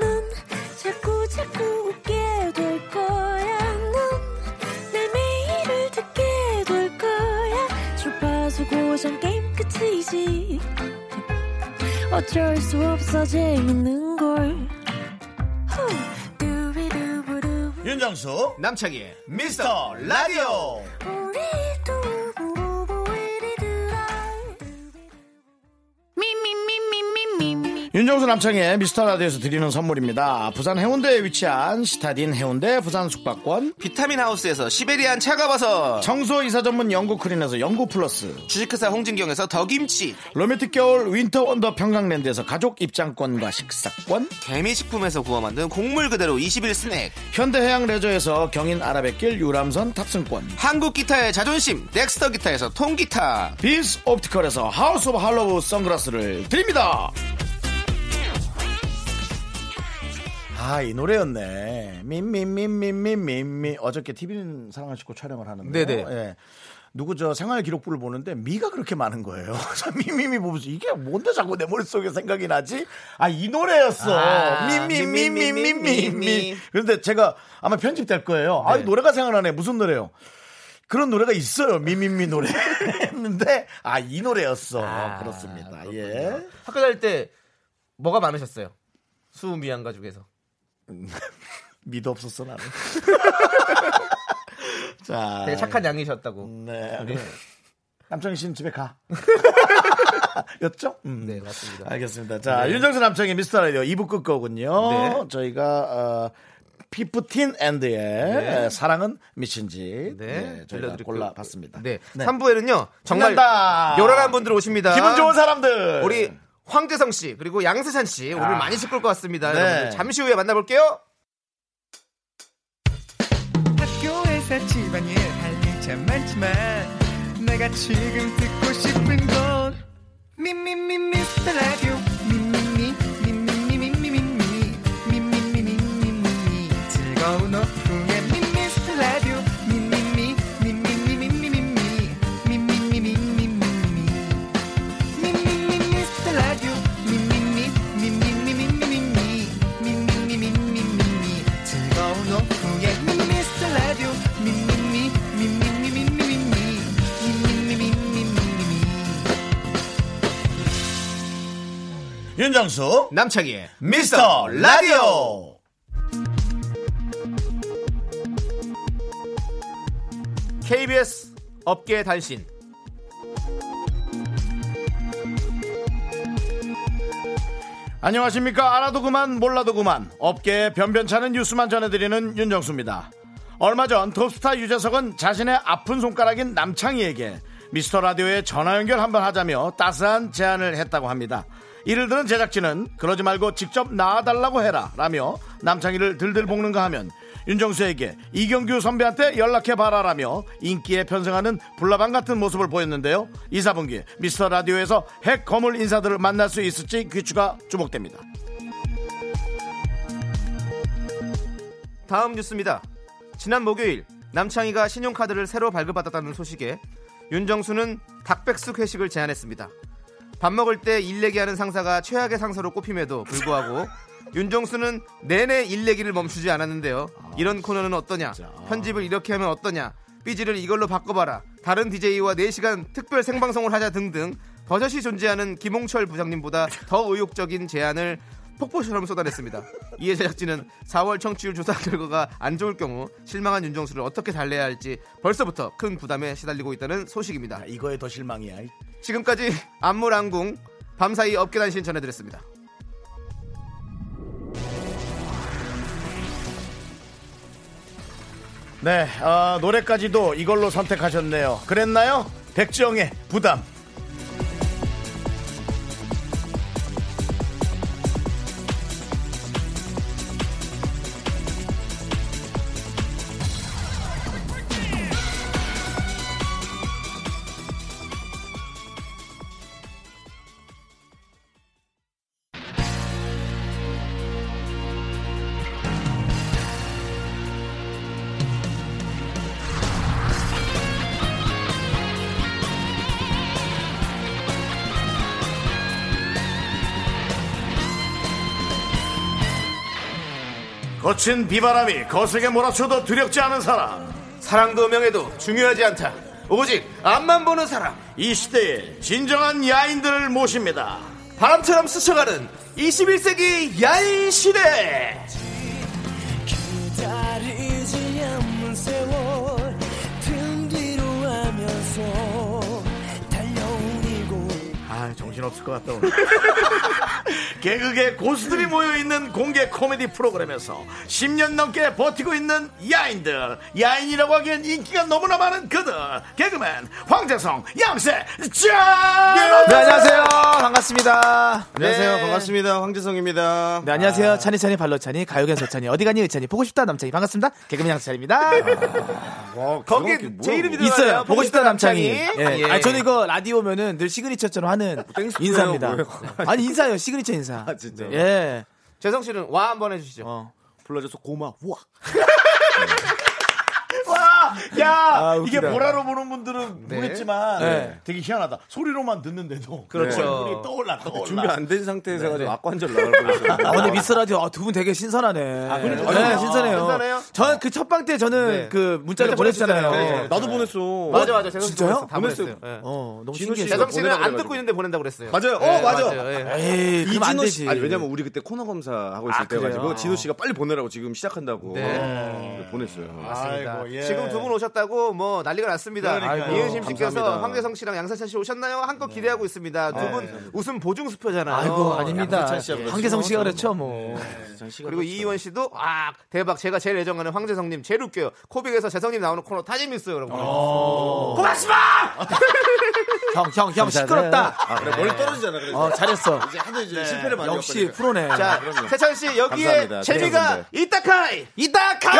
C: 넌 자꾸 자꾸 웃게 될 거야. 넌내 매일을 듣게 될 거야. 주파수 고정 게임 끝이지. 어쩔 수 없어 재밌는 걸. 후. 두비두부두.
A: 윤정수
B: 남창희의
A: 미스터 라디오.
C: 우리 두부부부 우리 두라. 두비두부.
A: 윤정수 남창의 미스터 라디오에서 드리는 선물입니다. 부산 해운대에 위치한 시타딘 해운대 부산 숙박권,
B: 비타민 하우스에서 시베리안 차가버섯
A: 청소 이사 전문 영구 크린에서 영구 플러스,
B: 주식회사 홍진경에서 더김치
A: 로맨틱 겨울 윈터 원더 평강랜드에서 가족 입장권과 식사권,
B: 개미식품에서 구워 만든 곡물 그대로 21 스낵
A: 현대해양 레저에서 경인 아라뱃길 유람선 탑승권,
B: 한국 기타의 자존심 넥스터 기타에서 통기타
A: 빈스 옵티컬에서 하우스 오브 할로우 선글라스를 드립니다. 아, 이 노래였네. 민민민민민민미 어저께 TV는 사랑하시고 촬영을 하는데.
B: 네네.
A: 예. 누구 저 생활 기록부를 보는데 미가 그렇게 많은 거예요. <laughs> 그래서 미미미 보면서 이게 뭔데 자꾸 내 머릿속에 생각이 나지? 아, 이 노래였어.
B: 아,
A: 미미미미미미미.
B: 미미미미미미.
A: 그런데 제가 아마 편집될 거예요. 아, 이
B: 네.
A: 노래가 생각나네. 무슨 노래요? 그런 노래가 있어요. 미미미 노래 <laughs> 했는데 아 이 노래였어. 그렇습니다. 예.
B: 학교 다닐 때 뭐가 많으셨어요? 수미양 가족에서
A: 미도 없었어 <laughs> 나는. 자.
B: 되게 착한 양이셨다고.
A: 네. 그래. 남창희 씨는 집에 가. 였죠? 음. 네.
B: 네 맞습니다.
A: 알겠습니다. 자, 윤정수 남창희 미스터 라디오 2부 끝거군요.
B: 네.
A: 저희가 어, 피프틴 앤드의 사랑은 미친지
B: 네,
A: 네, 저희가
B: 들려드릴게요.
A: 골라봤습니다.
B: 네.
A: 네.
B: 3부에는요 정말
A: 신난다.
B: 요란한 분들 오십니다.
A: 기분 좋은 사람들. 네.
B: 우리 황재성 씨 그리고 양세찬 씨 오늘
A: 아.
B: 많이 시끌 것 같습니다.
A: 네.
B: 여러분들 잠시 후에 만나볼게요.
D: 학교에서 집안일 할 일 참 많지만 내가 지금 듣고 싶은 건 미미미 미스터 라디오 미미미 미미미 미미미 미미미 미미미 즐거운 오후에 미스터 라디오 미미미 미미미 미미미 미미미 미미미
A: 윤정수
B: 남창희의
A: 미스터 라디오
B: KBS 업계 단신.
A: 안녕하십니까 알아도 그만 몰라도 그만 업계의 변변찮은 뉴스만 전해드리는 윤정수입니다 얼마 전 톱스타 유재석은 자신의 아픈 손가락인 남창희에게 미스터 라디오에 전화 연결 한번 하자며 따스한 제안을 했다고 합니다 이를 들은 제작진은 그러지 말고 직접 나와달라고 해라 라며 남창희를 들들 볶는가 하면 윤정수에게 이경규 선배한테 연락해봐라 라며 인기에 편승하는 불나방 같은 모습을 보였는데요. 이사분기 미스터 라디오에서 핵 거물 인사들을 만날 수 있을지 귀추가 주목됩니다.
B: 다음 뉴스입니다. 지난 목요일 남창희가 신용카드를 새로 발급받았다는 소식에 윤정수는 닭백숙 회식을 제안했습니다. 밥 먹을 때 일 얘기하는 상사가 최악의 상사로 꼽힘에도 불구하고 윤정수는 내내 일 얘기를 멈추지 않았는데요. 이런 코너는 어떠냐? 편집을 이렇게 하면 어떠냐? 삐지를 이걸로 바꿔봐라. 다른 DJ와 4시간 특별 생방송을 하자 등등 버젓이 존재하는 김홍철 부장님보다 더 의욕적인 제안을 폭포처럼 쏟아냈습니다. 이에 제작진은 4월 청취율 조사 결과가 안 좋을 경우 실망한 윤정수를 어떻게 달래야 할지 벌써부터 큰 부담에 시달리고 있다는 소식입니다.
A: 야, 이거에 더 실망이야. 이-
B: 지금까지 안무랑궁 밤사이 업계단신 전해드렸습니다.
A: 네, 아, 노래까지도 이걸로 선택하셨네요. 그랬나요? 백지영의 부담. 거친 비바람이 거세게 몰아쳐도 두렵지 않은 사람.
B: 사랑도 명예도 중요하지 않다. 오직 앞만 보는 사람.
A: 이 시대의 진정한 야인들을 모십니다.
B: 바람처럼 스쳐가는 21세기 야인 시대.
A: 아, 정신없을 것 같다, 오늘. <laughs> 개그계 고수들이 모여있는 공개 코미디 프로그램에서 10년 넘게 버티고 있는 야인들. 야인이라고 하기엔 인기가 너무나 많은 그들. 개그맨, 황재성, 양세, 짠!
E: 네, 안녕하세요. 반갑습니다.
B: 안녕하세요.
E: 네.
B: 반갑습니다. 황재성입니다.
A: 아.
E: 네, 안녕하세요. 찬이찬이 발로찬이 가요견 서찬이 어디 가니 의찬이 보고 싶다 남찬이 반갑습니다. 개그맨 양찬입니다.
B: 거기 제 어, 이름이 들어가요.
E: 있어요. 보고 싶다 남창이.
B: 남창이.
E: 예.
B: 예.
E: 아 저는 이거 라디오면은 늘 시그니처처럼 하는 인사입니다.
B: 뭐예요?
E: 아니 인사요. 시그니처 인사.
B: 진짜.
E: 예.
B: 재성 씨는 와 한번 해주시죠.
E: 어.
A: 불러줘서 고마워. 와, 야, 아, 이게
E: 아, 웃기다.
A: 보라로 보는 분들은
B: 네.
A: 모르겠지만
E: 네.
A: 되게 희한하다. 소리로만 듣는데도
B: 그렇죠.
A: 얼굴이 떠올라 떠올라.
E: 준비 안
A: 된 상태에서 가지고 악관절 나올 뻔했어요.
E: 아, 근데 미스 라디오 두 분 되게 신선하네. 아,
A: 그러니까요.
E: 네, 신선해요.
B: 신선해요?
E: 저는 그 첫 방 때 저는
B: 네.
E: 그
B: 문자
E: 문자를
F: 어,
E: 보냈잖아요.
B: 보냈잖아요. 네.
A: 나도 보냈어.
B: 맞아 맞아. 재성 씨
E: 진짜요?
B: 보냈어요. 다 보냈어요. 예.
E: 어, 너무
A: 진우
E: 신기했어.
B: 재성 씨는 안
F: 보내달라고
B: 듣고 있는데 보낸다고 그랬어요.
F: 맞아요.
B: 예,
F: 어, 맞아.
B: 예.
E: 에이, 그럼 안
F: 이진호 씨,
E: 되지.
F: 아니 왜냐면 뭐 우리 그때 코너 검사 하고 있을 때 가지고 진호 씨가 빨리 보내라고 지금 시작한다고
B: 네.
F: 보냈어요.
A: 아이고, 예.
B: 지금 두 분 오셨다고 뭐 난리가 났습니다. 아,
A: 그러니까요.
B: 이은심 씨께서
F: 감사합니다.
B: 황재성 씨랑 양사찬 씨 오셨나요? 한껏 기대하고 있습니다. 두 분 웃음 보증 수표잖아요.
E: 아이고, 아닙니다.
A: 양세찬 씨하고
E: 황재성 씨가 그랬죠,
F: 아,
E: 뭐.
B: 그리고
F: 그렇죠.
B: 이희원 씨도 아 대박 제가 제일 애정하는 황재성님 제일 웃겨요. 코빅에서 재성님 나오는 코너 타임있어요 여러분. 고맙습니다.
E: 형, 형, 형, 시끄럽다.
F: 아, 그래 머리 떨어지잖아. 그래서
E: 어, 잘했어. 네.
F: 이제 하도 이제 실패를 많이
E: 역시
F: 겪으니까.
E: 프로네.
B: 자 세찬 씨 여기에
F: 감사합니다.
B: 재미가
F: 네,
B: 이따카이
E: 이따카!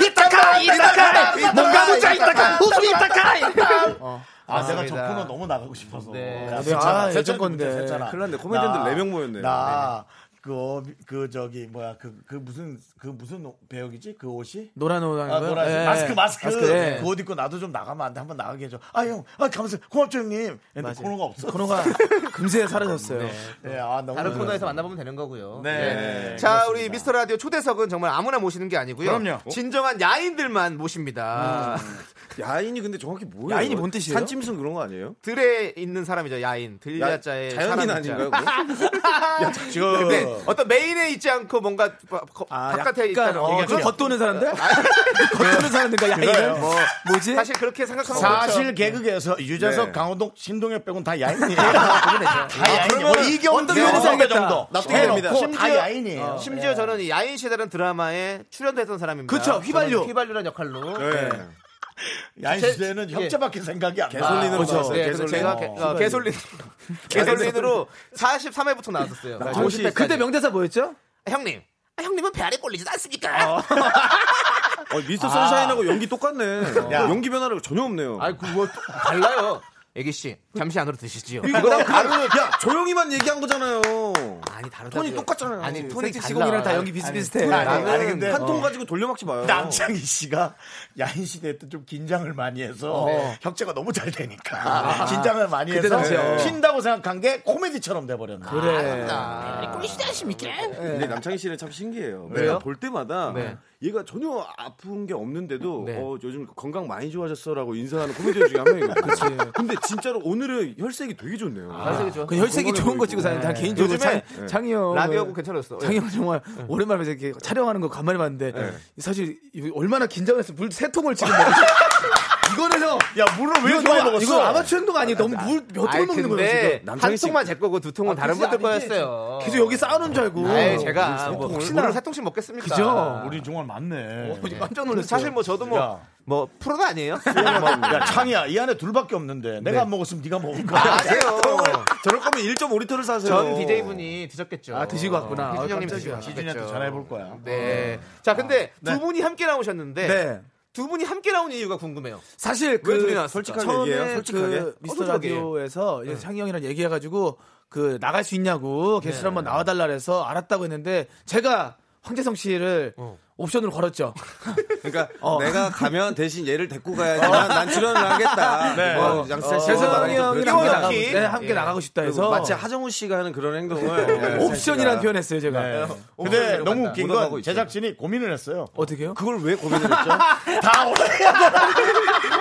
B: 이따카이 이따카이 뭔가 보자 이따카 웃음이 이따카이.
A: 아, 내가 저
B: 맞습니다.
A: 코너 너무 나가고 싶어서.
B: 네.
A: 나
E: 아,
A: 세찬아,
E: 예전
A: 세찬이
E: 건데.
A: 문제, 세찬아.
F: 큰일 났네. 코미디언들
A: 나-
F: 네명 모였네요.
A: 나, 그, 그, 저기, 뭐야, 그, 그 무슨, 그 무슨 배역이지? 그 옷이?
E: 노란 옷
A: 아,
E: 아니고요?
A: 노란
E: 예.
A: 마스크, 마스크.
E: 예.
A: 그 옷 입고 나도 좀 나가면 안 돼. 한번 나가게 해줘. 아, 형. 아, 감사해요. 고맙죠, 형님. 근데
E: 맞아요.
A: 코너가 없어.
E: 코너가 <laughs> 금세 사라졌어요.
A: <laughs>
B: 네.
A: 예, 아, 너무.
B: 다른
A: 그래서.
B: 코너에서 만나보면 되는 거고요.
A: 네.
B: 자, 우리 미스터 라디오 초대석은 정말 아무나 모시는 게 아니고요.
A: 그럼요.
B: 진정한 야인들만 모십니다.
F: 야인이 근데 정확히 뭐예요?
E: 야인이 뭔 뜻이에요?
F: 산짐승 그런 거 아니에요?
B: 들에 있는 사람이죠, 야인.
F: 야,
B: 들자자의
F: 자연인 아닌가요?
B: <laughs>
F: 그거?
A: 지금.
B: 근데 어떤 메인에 있지 않고 뭔가 바- 거- 바깥에
E: 약간
B: 있다는
E: 어,
B: 얘기죠.
E: 그 겉도는 사람들? <laughs> 겉도는 사람들과 야인은 뭐, 뭐지?
B: 아, 사실 그렇게 생각하면
A: 사실
B: 그렇죠.
A: 개그계에서 유재석,
F: 네.
A: 강호동, 신동엽 빼곤 다 야인이에요. <laughs> 다 야인이에요. 뭐 이경도
E: 어떤 면에서
A: 이경도
E: 알겠다.
A: 정도.
F: 납득이 됩니다.
A: 해놓고 다
B: 심지어-
A: 야인이에요.
B: 심지어 아, 저는 이 야인 시대라는 드라마에 출연했던 사람입니다.
A: 그렇죠.
E: 그쵸, 휘발유.
B: 저는 그렇죠. 휘발유란 역할로.
F: 네.
A: 아, 야인
B: 제-
A: 시대에는
B: 예.
A: 협재밖에 생각이 안 나.
F: 개솔린으로
A: 그렇죠.
F: 나왔어요.
B: 네, 그래서
F: 개솔린.
B: 제가 개, 어, 개솔린 개솔린으로 43회부터 나왔었어요.
E: 혹시
B: 50회까지.
E: 그때 명대사 뭐였죠?
B: 형님, 아, 형님은 배 아래 꼴리지 않습니까?
F: 어, 미스터 선샤인하고 연기 똑같네.
A: 야.
B: 아,
F: 연기 변화가 전혀 없네요.
B: 아이 그거 또 달라요. 애기 씨 잠시 안으로 드시지요.
F: 이거 다른 야 조용히만 얘기한 거잖아요.
B: 아니 다르다.
F: 톤이 똑같잖아요.
B: 아니 톤이
E: 솔직히
B: 달라.
E: 시공이랑 다 연기 비슷비슷해.
B: 톤이
E: 아니,
B: 달라.
E: 아니,
F: 나는
E: 근데-
F: 한 통 가지고 돌려막지 마요.
A: 남창희 씨가 야인 시대 때 좀 긴장을 많이 해서 협재가 너무 잘 되니까 긴장을 많이
E: 그때
A: 해서
E: 당시요.
A: 쉰다고 생각한 게 코미디처럼 돼버렸네.
B: 아,
E: 그래.
F: 근데 남창희 씨는 참 신기해요.
B: 왜요?
F: 내가 볼 때마다
B: 네.
F: 얘가 전혀 아픈 게 없는데도
B: 네.
F: 어, 요즘 건강 많이 좋아졌어라고 인사하는 코미디언 중에 한 <laughs> 명이거든요. 근데 진짜로 오늘은 혈색이 되게 좋네요.
E: 그 혈색이 좋은 거 찍고 사는 다 개인적으로
B: 네. 요즘에
E: 장- 장이 형
B: 라디오하고 괜찮았어. 예. 네.
E: 장이 형 정말 오랜만에 이렇게 촬영하는 거 간만에 봤는데 사실 이 얼마나 긴장했어 물 세 통을 지금 먹었어. <laughs> 이거는 형
A: 아, 야 물을 왜 이렇게 많이 먹었어?
E: 이거 아마추어 행동 아니에요. 너무 물몇 통을 먹는 거예요. 지금.
B: 한
F: 남창희 씨-
B: 통만 제 거고 두 통은 다른
E: 그지
B: 분들
E: 아니지.
B: 거였어요.
E: 계속 여기 쌓아놓은 줄 알고.
B: 아이, 제가 뭐
E: 통을.
B: 혹시나 세 통씩 먹겠습니까?
E: 그죠?
A: 우리 정말 많네.
E: 어, 깜짝 놀랐어요.
B: 사실 뭐 저도 뭐 뭐
A: 야.
B: 프로도
E: <laughs>
B: 아니에요.
A: 야 창이야 이 안에 둘밖에 없는데 내가 안 먹었으면 네가 먹은 거야. <laughs>
B: 아세요.
F: 저럴 거면 1.5리터를 사세요.
B: 전 DJ 분이 드셨겠죠.
E: 어. 아, 드시고 왔구나.
B: 희준
E: 아,
B: 형님
E: 깜짝이야. 아,
B: 드시고
A: 지준이한테
B: 왔겠죠.
A: 전화해볼 거야.
B: 네. 자, 근데
A: 네.
B: 두 분이 함께 나오셨는데
A: 네.
B: 두 분이 함께 나온 이유가 궁금해요.
E: 사실
F: 왜
E: 그
F: 둘이 나왔을까? 솔직한
E: 처음에
F: 얘기예요? 솔직하게?
E: 그 미스터
B: 솔직하게.
E: 라디오에서 이제 창희 형이랑 얘기해가지고 그 나갈 수 있냐고 게스트 로 한번 나와달라 그래서 알았다고 했는데 제가 황재성 씨를 옵션으로 걸었죠.
F: 그러니까
E: 어.
F: 내가 가면 대신 얘를 데리고 가야지만 난 출연을 하겠다.
A: 네.
E: 어,
F: 뭐 양세찬 씨가
E: 재성
F: 말하니까
E: 형이랑
F: 그렇지만
E: 함께 나가고,
B: 끼워넣기.
E: 네, 함께
B: 예.
E: 나가고 싶다
F: 그리고
E: 해서
F: 마치 하정우 씨가 하는 그런 행동을
E: 옵션이라는
F: 네, 양세찬 씨가
E: 표현했어요 제가.
A: 네. 근데 너무
B: 오늘로 간다.
A: 웃긴
F: 오늘로 가고
A: 건
F: 있어요.
A: 제작진이 고민을 했어요.
E: 어떻게요?
F: 그걸 왜 고민을 했죠?
A: 다 오해야
F: <laughs>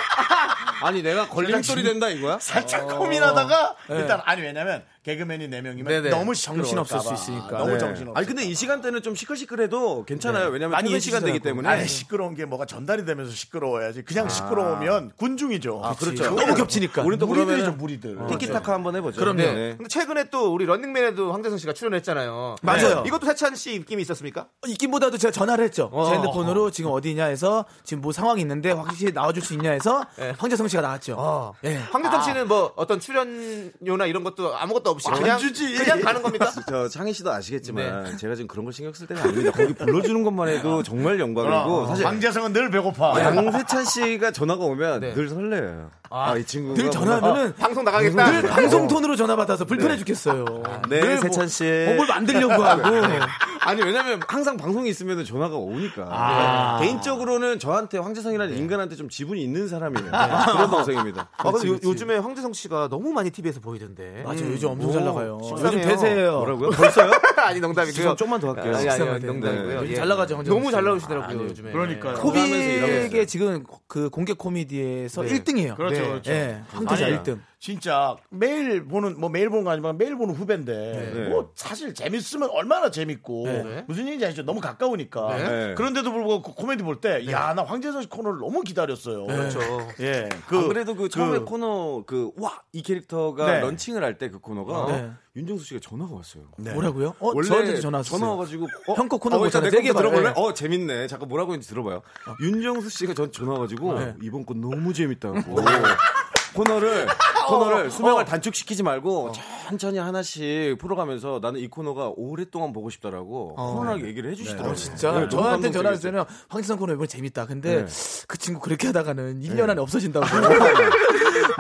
F: 아니 내가 걸림돌이 된다 <laughs> 이거야?
A: <laughs> 살짝 고민하다가 일단 아니 왜냐면 개그맨이 네 명이면
B: 네네.
A: 너무 정신 없을 수
E: 그럴까봐.
A: 있으니까.
E: 아,
A: 너무
F: 네.
A: 정신 없.
F: 아니 근데 이 시간대는 좀 시끌시끌해도 괜찮아요. 왜냐면
E: 많이
F: 네. 많이 시간 되기
E: 해주시잖아요,
F: 때문에.
A: 아니 시끄러운 게 뭐가 전달이 되면서 시끄러워야지. 그냥 시끄러우면 군중이죠. 어.
F: 아, 그렇죠.
A: 그거
E: 너무 겹치니까.
F: 우린 또
A: 무리들이죠
F: 그러면
A: 무리들.
F: 티키타카 한번 해보죠.
B: 그럼요.
F: 네.
B: 근데 최근에 또 우리 런닝맨에도 황재성 씨가 출연했잖아요.
E: 맞아요.
B: 네. 이것도 세찬 씨 입김이 있었습니까?
E: 있긴보다도 제가 전화를 했죠.
B: 어.
E: 제 핸드폰으로 지금 어디냐 해서 지금 뭐 상황이 있는데 확실히 나와줄 수 있냐 해서 황재성 씨가 나왔죠. 예.
F: 아.
B: 황재성 씨는 뭐 어떤 출연료나 이런 것도 아무것도 없이
F: 안
B: 그냥
F: 주지.
B: 그냥 가는
F: <laughs>
B: 겁니까? 네.
F: 저 창희 씨도 아시겠지만 제가 지금 그런 걸 신경 쓸 때가 아닙니다. 거기 불러주는 것만
B: 아.
F: 해도 정말 영광이고 사실 네.
A: 방재성은 늘 배고파.
F: 양세찬 씨가 전화가 오면
B: 네.
F: 늘 설레요. 아, 이 친구가
E: 늘 전화하면은
B: 방송 나가겠다.
E: 늘 방송 톤으로 전화 받아서 불편해 죽겠어요.
F: 네,
E: 늘
F: 세찬 씨.
E: 뭐, 뭘 만들려고 하고.
F: 아니 왜냐면 항상 방송이 있으면 전화가 오니까
B: 아.
F: 네. 개인적으로는 저한테 황재성이라는 인간한테 좀 지분이 있는 사람이에요. 그런 방송입니다.
B: 네. 아, 근데 요, 요즘에 황재성 씨가 너무 많이 TV에서 보이던데. 네.
E: 맞아요. 요즘 엄청 잘 나가요.
B: 식상해요.
E: 요즘 대세예요.
F: 어, 뭐라고요? 벌써요?
B: 아니 농담이고요. <laughs>
F: 죄송, 좀만 더 할게요.
B: 아니 아니, 아니
E: 식상하대.
B: 농담이고요.
E: 네, 요즘
B: 예.
E: 잘 나가죠, 황재성
B: 너무
E: 씨.
B: 잘 나오시더라고요 요즘에.
A: 그러니까요.
F: 하면서 일하고
E: 코빅에
F: 있어요.
E: 지금 그 공개 코미디에서
B: 네.
E: 1등이에요.
A: 그렇죠, 그렇죠.
E: 예. 황태자
A: 아니,
E: 1등.
A: 진짜 매일 보는 뭐 매일 보는 거 아니지만 매일 보는 후배인데
F: 네.
A: 뭐 사실 재밌으면 얼마나 재밌고
B: 네.
A: 무슨 얘기인지 아시죠? 너무 가까우니까
F: 네.
A: 그런데도 불구하고 그 코미디 볼 때 야 나 황재성 씨 코너를 너무 기다렸어요.
B: 그렇죠.
A: 예,
F: 그, 네. 안 그래도 그 처음에
A: 그-
F: 코너 그 와 이 캐릭터가
A: 네.
F: 런칭을 할 때 그 코너가
E: 네.
F: 윤정수 씨가 전화가 왔어요.
A: 네.
E: 뭐라고요? 어, 저한테도 전화 왔어요.
F: 와가지고 어,
E: 형거 코너
F: 어, 일단
E: 보잖아요.
F: 내
E: 되게
F: 얘기
E: 봐요.
F: 들어볼래? 어 재밌네. 잠깐 뭐라고 했는지 들어봐요. 윤정수 씨가 전 전화 와가지고
E: 네.
F: 이번 건 너무 재밌다고.
E: 어.
F: 코너를 코너를 수명을 단축시키지 말고
E: 어.
F: 천천히 하나씩 풀어가면서 나는 이 코너가 오랫동안 보고 싶다라고
E: 어.
F: 편하게 얘기를 해주시더라고요.
E: 네. 진짜
F: 네, 너무
E: 저한테 전화를
F: 감동적이었어요.
E: 했잖아요. 황지성 코너 이번에 재밌다. 근데
F: 네.
E: 그 친구 그렇게 하다가는 1년 안에 없어진다고.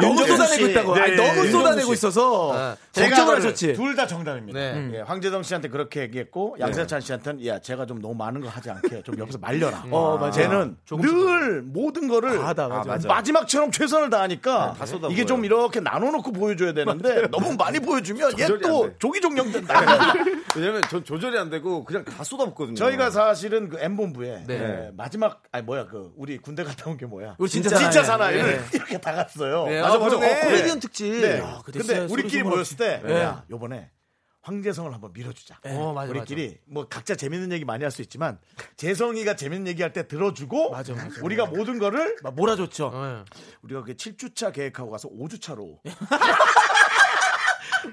E: 너무
A: 윤정수
E: 쏟아내고
A: 씨.
E: 있다고. 아니,
A: 네,
E: 너무
A: 윤정수
E: 쏟아내고
A: 씨.
E: 있어서
B: 아,
E: 걱정을 하셨지. 아,
A: 둘다 정답입니다.
B: 네.
A: 예, 황재성 씨한테 그렇게 얘기했고 양세찬 씨한테는 야 제가 좀 너무 많은 걸 하지 않게 좀 옆에서 말려라.
E: 어, 맞아.
A: 쟤는 늘 모든 거를
E: 과하다, 맞아.
A: 아, 맞아. 마지막처럼 최선을 다하니까
F: 쏟아부어요.
A: 이게 좀 이렇게 나눠놓고 보여줘야 되는데 너무 많이 보여주면
F: 조절이
A: 얘
F: 안
A: 또
F: 돼. 네.
A: 조기종영 된다.
F: <laughs> 왜냐면 전 조절이 안 되고 그냥 다 쏟아붓거든요.
A: 저희가 사실은 그 M 본부에
B: 네.
A: 예, 마지막 아니 뭐야 그 우리 군대 갔다 온 게 뭐야?
E: 우리 진짜
A: 진짜
E: 사나이.
A: 사나이를
E: 네.
A: 이렇게 다 갔어요.
B: 네,
A: 맞아
B: 어,
A: 맞아.
B: 그러네.
A: 어,
B: 코미디언
A: 특집. 네.
E: 야, 그때
A: 근데
E: 아, 진짜
A: 우리끼리
E: 소리
A: 모였을 때
E: 네.
A: 야, 요번에 황재성을 한번 밀어주자.
B: 어, 맞아,
A: 우리끼리 뭐 각자 재밌는 얘기 많이 할 수 있지만 재성이가 재밌는 얘기 할 때 들어주고
E: 맞아, 맞아. 뭐.
A: 우리가 모든 거를
E: 막 몰아줬죠.
A: 우리가 그 7주차 계획하고 가서 5주차로
E: <laughs>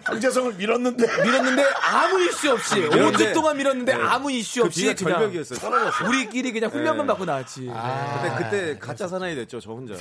A: 황재성을 밀었는데
E: 밀었는데 아무 이슈 없이
F: 밀었는데-
E: 5주 동안 밀었는데 아무 이슈
F: 그
E: 없이
F: 비가
E: 그냥 네.
F: 절벽이었어요. 떨어졌어요.
E: 아, 우리끼리 그냥 훈련만 받고 나왔지.
F: 그때 그때 가짜 사나이 됐죠 저 혼자.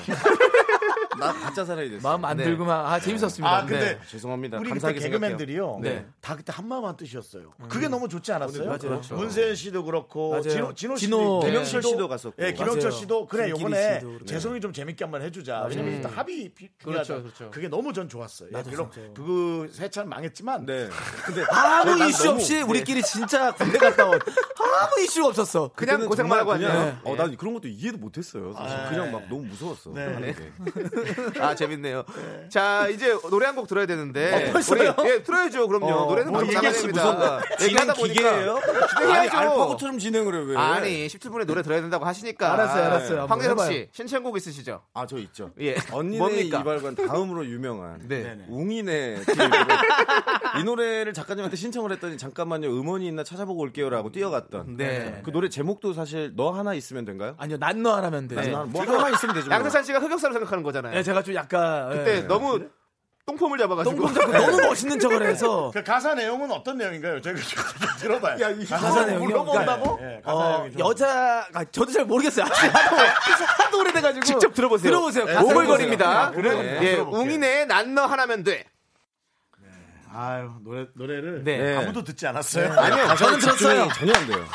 F: 나 가짜 사람이 됐어.
E: 마음 안
B: 네.
E: 들고 막 아 재밌었습니다.
A: 아, 근데
E: 네.
F: 죄송합니다.
A: 우리 그때
F: 감사하게 생각해요.
A: 개그맨들이요.
E: 네.
A: 다 그때 한 마음 한 뜻이었어요. 그게 너무 좋지 않았어요?
E: 맞아요. 그렇죠.
A: 문세현 씨도 그렇고
E: 맞아요.
A: 진호, 진호
E: 진호. 네.
A: 씨도
F: 김영철 씨도 갔었고.
A: 예, 김영철
E: 맞아요.
A: 씨도 그래
E: 김기리
A: 요번에
E: 씨도 그렇고.
A: 재성이 좀 재밌게 한번 해주자. 왜냐면 일단 합이 비-
E: 그렇죠,
A: 중요하다.
E: 그렇죠.
A: 그게 너무 전 좋았어요. 예,
E: 나도
A: 비록
E: 진짜.
A: 그 세차는 망했지만
F: 네. <laughs> 근데
E: 아무 네.
F: 난
E: 이슈
F: 너무-
E: 없이 우리끼리 진짜 군대 갔다 온 아무 이슈가 없었어.
B: 그냥
F: 그때는
B: 고생만
F: 정말
B: 하고 왔네요.
F: 그냥,
B: 예.
F: 어, 난 그런 것도 이해도 못했어요. 사실 그냥 막 너무 무서웠어. 하는 게.
B: 아 재밌네요. 자 이제 노래 한 곡 들어야 되는데
E: 어, 벌써요?
B: 우리, 예 들어야죠. 그럼요.
F: 어,
B: 노래는
F: 뭐
B: 바로
F: 얘기할 수
B: 나가야 됩니다.
F: 무슨
B: 얘기하다
F: 진행
B: 보니까
F: 기계예요? 아니,
B: 해야죠.
F: 알파고처럼 진행을 해, 왜?
B: 아니 17분에 노래 들어야 된다고 하시니까
E: 알았어요, 알았어요. 한번
B: 황재석
E: 해봐요.
B: 씨 신청곡 있으시죠?
F: 아, 저 있죠.
B: 예.
F: 언니네
B: 뭡니까?
F: 이발관 다음으로 유명한
B: 네.
F: 웅이네 드립으로 이 노래를 작가님한테 신청을 했더니 잠깐만요 음원이 있나 찾아보고 올게요라고 뛰어갔던
B: 네.
F: 그 노래 제목도 사실 너 하나 있으면 된가요?
E: 아니요 예. 난너 하라면 돼.
F: 나 뭐 하나 있으면
E: 네.
F: 되죠. 뭐.
B: 양세찬 씨가 흑역사를 생각하는 거잖아요.
E: 예, 제가 좀 약간 예.
B: 그때 네, 너무 똥폼을 잡아가지고
E: 똥똥 잡고
B: <laughs>
E: <laughs> 너무 멋있는 척을 해서
A: 그 가사 내용은 어떤 내용인가요? 저희가 좀 <laughs> 들어봐요.
F: 야, 이
E: 가사 내용이요?
A: 물어본다고?
E: 그러니까,
A: 예, 가사
E: 어,
A: 내용이 좀-
E: 여자 아, 저도 잘 모르겠어요. 아직 하도, 하도 오래돼가지고
B: 직접 들어보세요.
E: 들어보세요. 가사
B: 네, 오글거립니다. 그래.
E: 들어보세요.
B: 예, 웅이네 난너 하나면 돼.
A: 아유 노래 노래를
B: 네.
A: 아무도 듣지
E: 네.
A: 않았어요.
F: 아니요,
E: 저는 들었어요.
F: 전혀 안 돼요.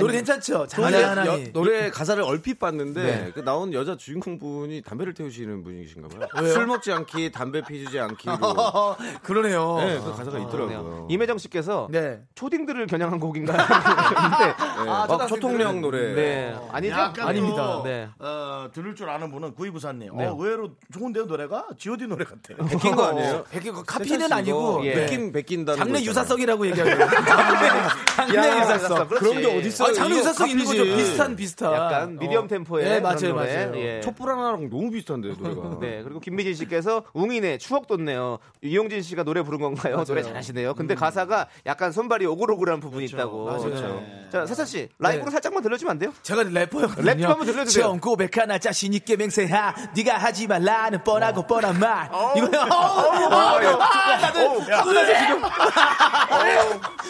E: 노래 괜찮죠?
F: 노래, 여-
E: 잔잔하니 예.
F: 노래 가사를 얼핏 봤는데 그 나온 여자 주인공 분이 담배를 태우시는 분이신가 봐요. 술 먹지 않기, 담배 피우지 않기로.
E: 어, 그러네요.
F: 네, 그 가사가
B: 아,
F: 있더라고요.
B: 이매정 씨께서
E: 네.
B: 초딩들을 겨냥한 곡인가? <laughs> 했는데
F: 네. 막 초통령 노래.
B: 네. 아니죠?
A: 약간
E: 아닙니다.
A: 또,
B: 네.
A: 어, 들을 줄 아는 분은 구이부사님. 어, 의외로 좋은데요 노래가? G.O.D 노래 같아.
F: 베낀 거 아니에요?
E: 백인 거
F: 세찬
E: 그 카피는
F: 씨
E: 아니고
F: 이거
B: 예.
E: 네.
F: 베낀 베낀다는
E: 장르
F: 거 있잖아요.
E: 유사성이라고 얘기하고 장르
B: 야,
E: 유사성.
B: 그렇지.
F: 그런 게 어디 있어요?
E: 아, 장르
F: 이거
E: 유사성 있는 거죠.
F: 카피지.
E: 비슷한 비슷한.
B: 약간 미디엄 템포의
E: 네,
B: 그런
E: 맞아요,
B: 노래.
E: 맞아요.
B: 예.
F: 촛불 하나랑 너무 <laughs> 비슷한데 노래가.
B: 네, 그리고 김미진 씨께서 웅이네 추억 돋네요. 이용진 씨가 노래 부른 건가요? 노래 잘하시네요. 근데 가사가 약간 손발이 오글오글한 부분이 있다고. 그렇죠. 자, 세찬 씨 라이브로
E: 네.
B: 살짝만 들려주면 안 돼요?
E: 제가 래퍼였거든요.
B: 랩좀 한번 들려주세요.
E: 처음 고백하나 자신 있게 맹세하. 네가 하지 말라는 뻔하고 뻔한 말. 이거요. 아, 나는 하고나서 지금.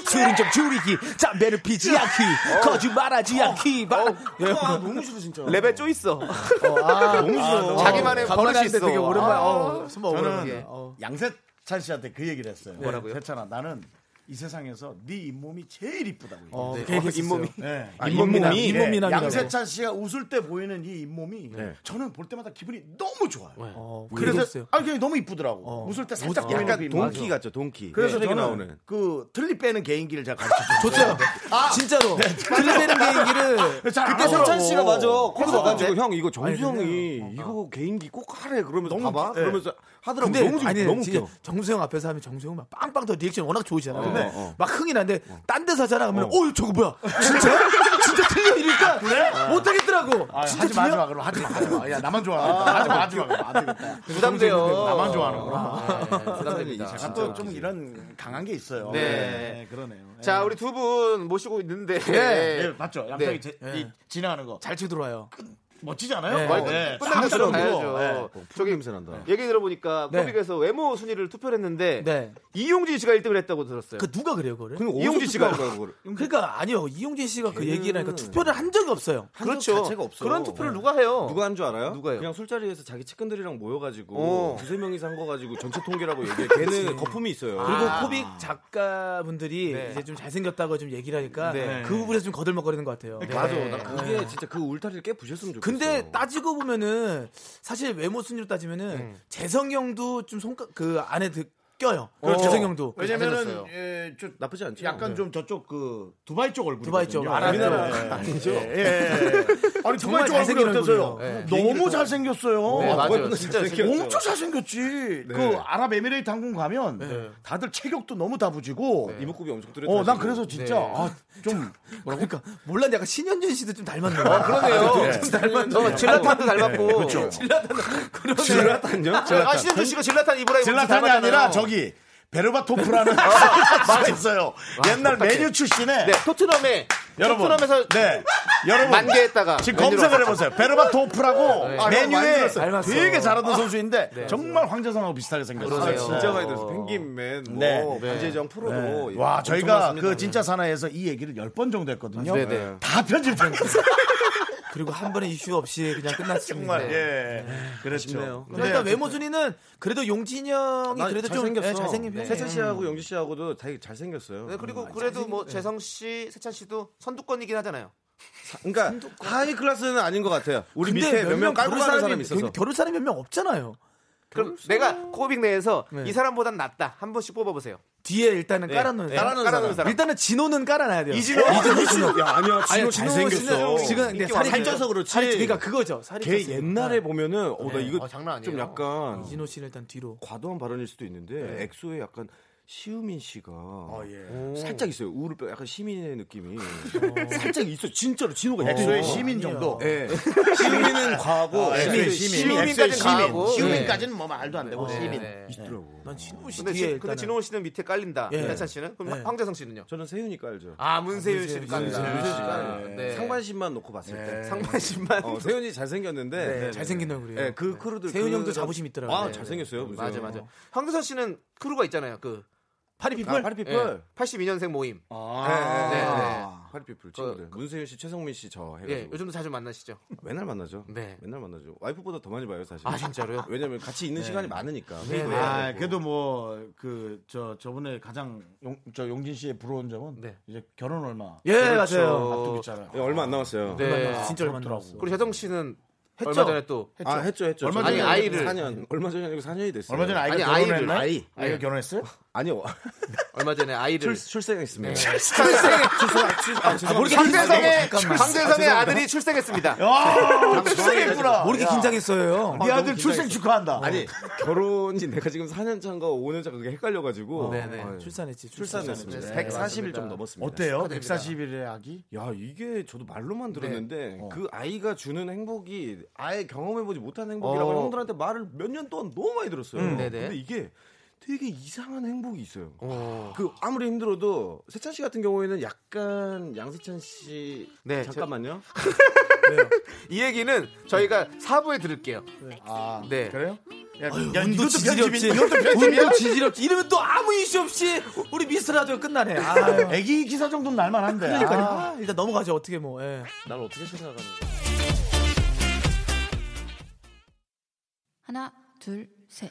E: 술은 좀 줄이기, 담배를 피지 않기, 거짓말하지 않기. 막- 예.
F: 아,
A: 뭐.
F: 너무 싫어 진짜.
B: 랩에 쪼 있어.
E: 아,
F: 싫어.
B: 자기만의 버릇이
E: 간만에
B: 있어.
E: 되게 오랜만에.
B: 아.
E: 어, 숨어
A: 저는
E: 오랜만에.
A: 양세찬 씨한테 그 얘기를 했어요.
B: 뭐라고요?
A: 세찬아 나는 이 세상에서 네 잇몸이 제일 이쁘다고.
E: 어,
A: 얘기했어요.
E: 그 얘기했었어요.
B: 잇몸이.
A: 네.
B: 아,
E: 잇몸미남.
B: 잇몸미남.
A: 예,
E: 잇몸미남이라고.
A: 양세찬 씨가 웃을 때 보이는 이 잇몸이 저는 볼 때마다 기분이 너무 좋아요.
E: 어, 그
A: 그래서
E: 얘기했어요.
A: 아 그냥 너무 이쁘더라고.
E: 어.
A: 웃을 때 살짝 보이는 그
F: 약간
A: 잇몸.
F: 네. 동키 같죠, 동키.
A: 그래서
F: 네.
A: 저는
F: 나오는.
A: 그 틀니 빼는 개인기를 제가 가르쳐 네.
E: 좋죠. 진짜로.
F: 네,
E: 들리는 개인기를.
F: 그때 세찬 씨가 맞아.
B: 그래서
F: 거기서 와가지고
B: 근데-
F: 어, 형 이거 정수형이 이거 개인기 꼭 하래 그러면서 봐봐
A: 웃기- 네.
F: 그러면서 하더라고.
E: 근데
F: 너무 웃겨.
E: 아니
F: 너무
E: 진짜
F: 웃겨.
E: 정수영 앞에서 하면 정수영 막 빵빵 더 리액션 워낙 좋으시잖아요.
F: 어,
E: 근데
F: 어.
E: 막 흥이 나는데 딴 데서 하잖아 그러면 어, 저거 뭐야? 진짜?
F: <laughs>
E: 진짜 틀려
F: 아,
E: 이러니까
F: 어.
E: 못 하겠더라고.
A: 아,
E: 진짜
A: 하지 마, 하지
E: 틀려?
A: 마, 그럼 하지 마, 하지 마. 야, 나만 좋아하는데. 하지 마, 하지 마, 그럼 안 되겠다.
B: <laughs> 부담돼요.
A: 나만 좋아하는구나.
B: 부담됩니다.
A: 제가 또 좀 이런 강한 게 있어요.
B: 네.
A: 그러네요. 예.
B: 자, 우리 두 분 모시고 있는데.
A: 예, 맞죠. 양쪽이
B: 네.
A: 제- 이 진행하는 거
E: 잘 쳐들어와요.
A: 멋지지 않아요?
E: 네.
B: 어,
A: 예.
B: 끝나면
A: 상스러운
B: 들어가야죠.
A: 거. 예.
F: 저기 냄새 난다.
B: 얘기 들어보니까
E: 네.
B: 코빅에서 외모 순위를 투표를 했는데
E: 네.
B: 이용진 씨가 1등을 했다고 들었어요.
E: 그 누가 그래요, 그거를?
F: 그럼 음.
B: 이용진
F: 어디서
B: 씨가-
F: 투표하는 거야, 그거를?
E: 그러니까 아니요. 이용진 씨가 그 얘기를 하니까 투표를 한 적이 없어요.
F: 적 자체가 없어요.
B: 그렇죠.
F: 네.
B: 그런 투표를 누가 해요?
F: 그렇죠. 누가 한 줄 알아요?
B: 누가요?
F: 그냥 술자리에서 자기 측근들이랑 모여가지고
B: 어.
F: 두세 명이서 한 거 가지고 전체 통계라고 얘기해. 걔는 거품이 있어요.
E: 그리고 코빅 작가분들이
B: 네.
E: 이제 좀 잘생겼다고 좀 얘기를 하니까
B: 네.
E: 그 부분에서 좀 거들먹거리는 것 같아요. 네.
F: 맞아. 나 그게 진짜 그 울타리를 깨부셨으면 좋겠어.
E: 근데 따지고 보면은 사실 외모 순위로 따지면은 재성형도 좀 손가 그 안에 드, 껴요. 재성형도
A: 왜냐면은, 예, 좀
F: 나쁘지 않죠. 네.
A: 약간 좀 저쪽 그 두바이 쪽 얼굴.
E: 두바이 쪽,
A: 알
E: 알아요.
A: 아니죠. 예. 예. <laughs> 아니 두바이
E: 정말
A: 쪽 얼굴이
E: 잘생긴
A: 어때서요? 네.
E: 얼굴이에요.
A: 너무 잘생겼어요.
B: 네, 맞아요.
F: 그건
B: 진짜
F: 생겼죠.
A: 엄청 잘생겼지.
B: 네.
A: 그 아랍에미레이트 항공 가면 다들 체격도 너무 다부지고.
B: 네.
F: 이목구비 엄청 뚜렷하
A: 어, 난 그래서 진짜 아, 좀
E: 그러니까 몰라 약간 신현준 씨도 좀 닮았네요.
B: 그러네요.
E: 좀 닮았네요.
B: 어, 질라탄도 닮았고.
F: 질라탄요?
B: 아, 신현준 씨가 질라탄
A: <laughs>
B: 이브라임
A: 질라탄이 아니라 저기 베르바토프라는
B: <laughs>
A: 말 있어요. 옛날
B: 어떡해.
A: 메뉴 출신에
B: 네, 토트넘에
A: 여러분
B: 토트넘에서
A: 네. 여러분
B: 만개했다가
A: 지금
B: 메뉴로
A: 검색을 해보세요. 베르바토프라고
B: 네.
A: 메뉴에
E: 닮았어.
A: 되게 잘하던 선수인데 정말 황제상하고 비슷하게 아, 생겼어요.
B: 아. 그러네요.
F: 진짜 많이 들었어. 펭귄맨, 뭐,
A: 네.
F: 반재정 프로도. 예,
A: 와
F: 엄청
A: 저희가
B: 네.
F: 많습니다.
A: 그 진짜 사나이에서 이 얘기를 10번 정도 했거든요.
B: <laughs> 네네.
A: 다 편집했어요.
E: 그리고 한 번의 이슈 없이 그냥 끝났습니다.
A: 정말 예. 그렇죠.
F: 네.
E: 그러니까
B: 네,
E: 일단 외모 순위는 그래도 용진
F: 아,
E: 형이 그래도 좀 예, 잘생긴 편.
F: 세찬 씨하고 영지 씨하고도 되게 잘 생겼어요.
B: 네, 그리고 그래도 뭐 재성 씨, 세찬 씨도 선두권이긴 하잖아요.
F: 그러니까 하이 클래스는 아닌 것 같아요. 우리
E: 근데
F: 밑에 몇 명 깔고
E: 결혼
F: 가는 사람이 있어서.
E: 결- 결혼 사람이 몇 명 없잖아요.
B: 그럼 내가 코빅 내에서
E: 네.
B: 이 사람보단 낫다 한 번씩 뽑아보세요.
E: 뒤에 일단은 깔아놓은
B: 네,
E: 사람.
B: 깔아놓은 사람.
E: 일단은 진호는 깔아놔야 돼요.
A: 이진호,
F: 이진호. 야, 아니야. 진호
E: 아니,
F: 잘생겼어.
E: 지금 근데
B: 인기
E: 살이
B: 완전-
E: 쪄서 그렇지. 살이, 그러니까 그거죠. 살이
F: 걔
E: 쪘으니까.
F: 옛날에 보면은 어 나 이거
B: 어, 장난 아니에요.
F: 좀 약간
A: 음.
E: 진호 씨는 일단 뒤로.
F: 과도한 발언일 수도 있는데 엑소의 약간 시우민 씨가
A: 예.
F: 살짝 있어요. 우울을 빼- 약간 시민의 느낌이 살짝 있어. 진짜로 진호가 있어요.
A: 엑소의 시민 정도.
F: <laughs> 예. 시민은 과하고
A: 아,
F: 엑소의
A: 엑소의 시민. 엑소의
B: 시민까지는 가고.
A: 시민. 시민까지는 뭐 말도 안 되고
B: 네.
A: 시민.
B: 네.
F: <laughs> 있더라고.
E: 난 진호 씨
B: 근데,
E: 뒤에
B: 지, 근데
E: 일단은.
B: 진호 씨는 밑에 깔린다.
E: 예.
B: 세찬 씨는 그럼
E: 예.
B: 황재성 씨는요?
F: 저는 세윤이 깔죠.
B: 아 문세윤 씨를 깐다.
F: 문세윤
B: 문세윤
F: 씨를
B: 씨
F: 깐다.
B: 깐다. 네.
F: 상반신만 놓고 봤을 때.
B: 상반신만.
F: 어, <laughs> 세윤이 잘생겼는데 네,
E: 잘생긴 얼굴이에요.
F: 네, 그 크루들
E: 세윤
F: 그-
E: 형도 자부심 있더라고요.
F: 아,
E: 네,
F: 잘생겼어요. 문세윤.
B: 맞아 맞아. 황재성 씨는 크루가 있잖아요. 그
A: 아,
F: 파리피플? 파리피플.
B: 예. 82년생 모임.
F: 네. 아. 네,
B: 네, 네, 네.
F: 파리피플 친구들. 문세윤 씨, 최성민 씨 저 해가지고.
B: 예, 요즘도 자주 만나시죠?
F: 맨날 만나죠.
B: 네.
F: 맨날 만나죠. 와이프보다 더 많이 봐요, 사실.
B: 아, 진짜로요?
F: <laughs> 왜냐면 같이 있는 시간이 많으니까. 회의도 해야
A: 아,
F: 되고.
A: 그래도 뭐 그 저 저번에 가장 용, 저 용진 씨의 부러운 점은
B: 네.
A: 이제 결혼 얼마 그렇죠.
E: 예, 맞아요.
A: 앞두고 있잖아요.
F: 예, 얼마 안 남았어요.
B: 네.
A: 아,
E: 진짜 얼마 안
A: 부럽더라고.
E: 남았어.
B: 그리고 재성 씨는 얼마 전에 또
F: 아, 했죠, 했죠.
A: 얼마
B: 전에 아니, 아이를.
F: 4년. 얼마 전이 아니고 4년이 됐어요.
A: 얼마 전에 아이가
B: 아니,
A: 결혼했나?
B: 아이를.
A: 아이. 아이가
B: 예. <laughs>
A: 결혼했어요?
F: 아니요.
B: 얼마 전에 아이를
F: 출, 출생했습니다.
B: 네.
F: <laughs> 아,
B: 황재성의
E: 잠깐만.
B: 황재성의 아들이 출생했습니다.
A: 아, 출생했구나.
E: 모르게 긴장했어요.
A: 네 아들 출생 축하한다.
F: 아니, 결혼이 내가 지금 4년 차인가 5년 차 그게 헷갈려가지고.
B: 네네.
F: 아, 출-
E: 출산했지.
F: 출산했습니다.
B: 네,
F: 140일
B: 맞습니다.
F: 좀 넘었습니다.
A: 어때요?
B: 축하드립니다.
A: 140일의 아기?
F: 야, 이게 저도 말로만 들었는데 그 아이가 주는 행복이 아예 경험해보지 못한 행복이라고
B: 어.
F: 형들한테 말을 몇 년 동안 너무 많이 들었어요.
B: 네네.
F: 근데 이게 되게 이상한 행복이 있어요.
B: 어.
F: 그 아무리 힘들어도 세찬 씨 같은 경우에는 약간 양세찬 씨
B: 네,
F: 잠깐만요.
B: 이 얘기는 저희가 사부에 들을게요.
A: 아,
B: 네.
A: 그래요? 야, 야,
E: 운도
A: 이것도 편집이
E: 지지력지.
A: 이것도
E: 운도 지지력지. 이러면 또 아무 이슈 없이 우리 미스 라디오 끝나네. 아,
A: 편- 애기 기사 정도는 날만한데. 아,
E: 아, 일단 넘어가죠. 어떻게 뭐. 예.
F: 난 어떻게 생각하는 거야?
G: 하나, 둘, 셋.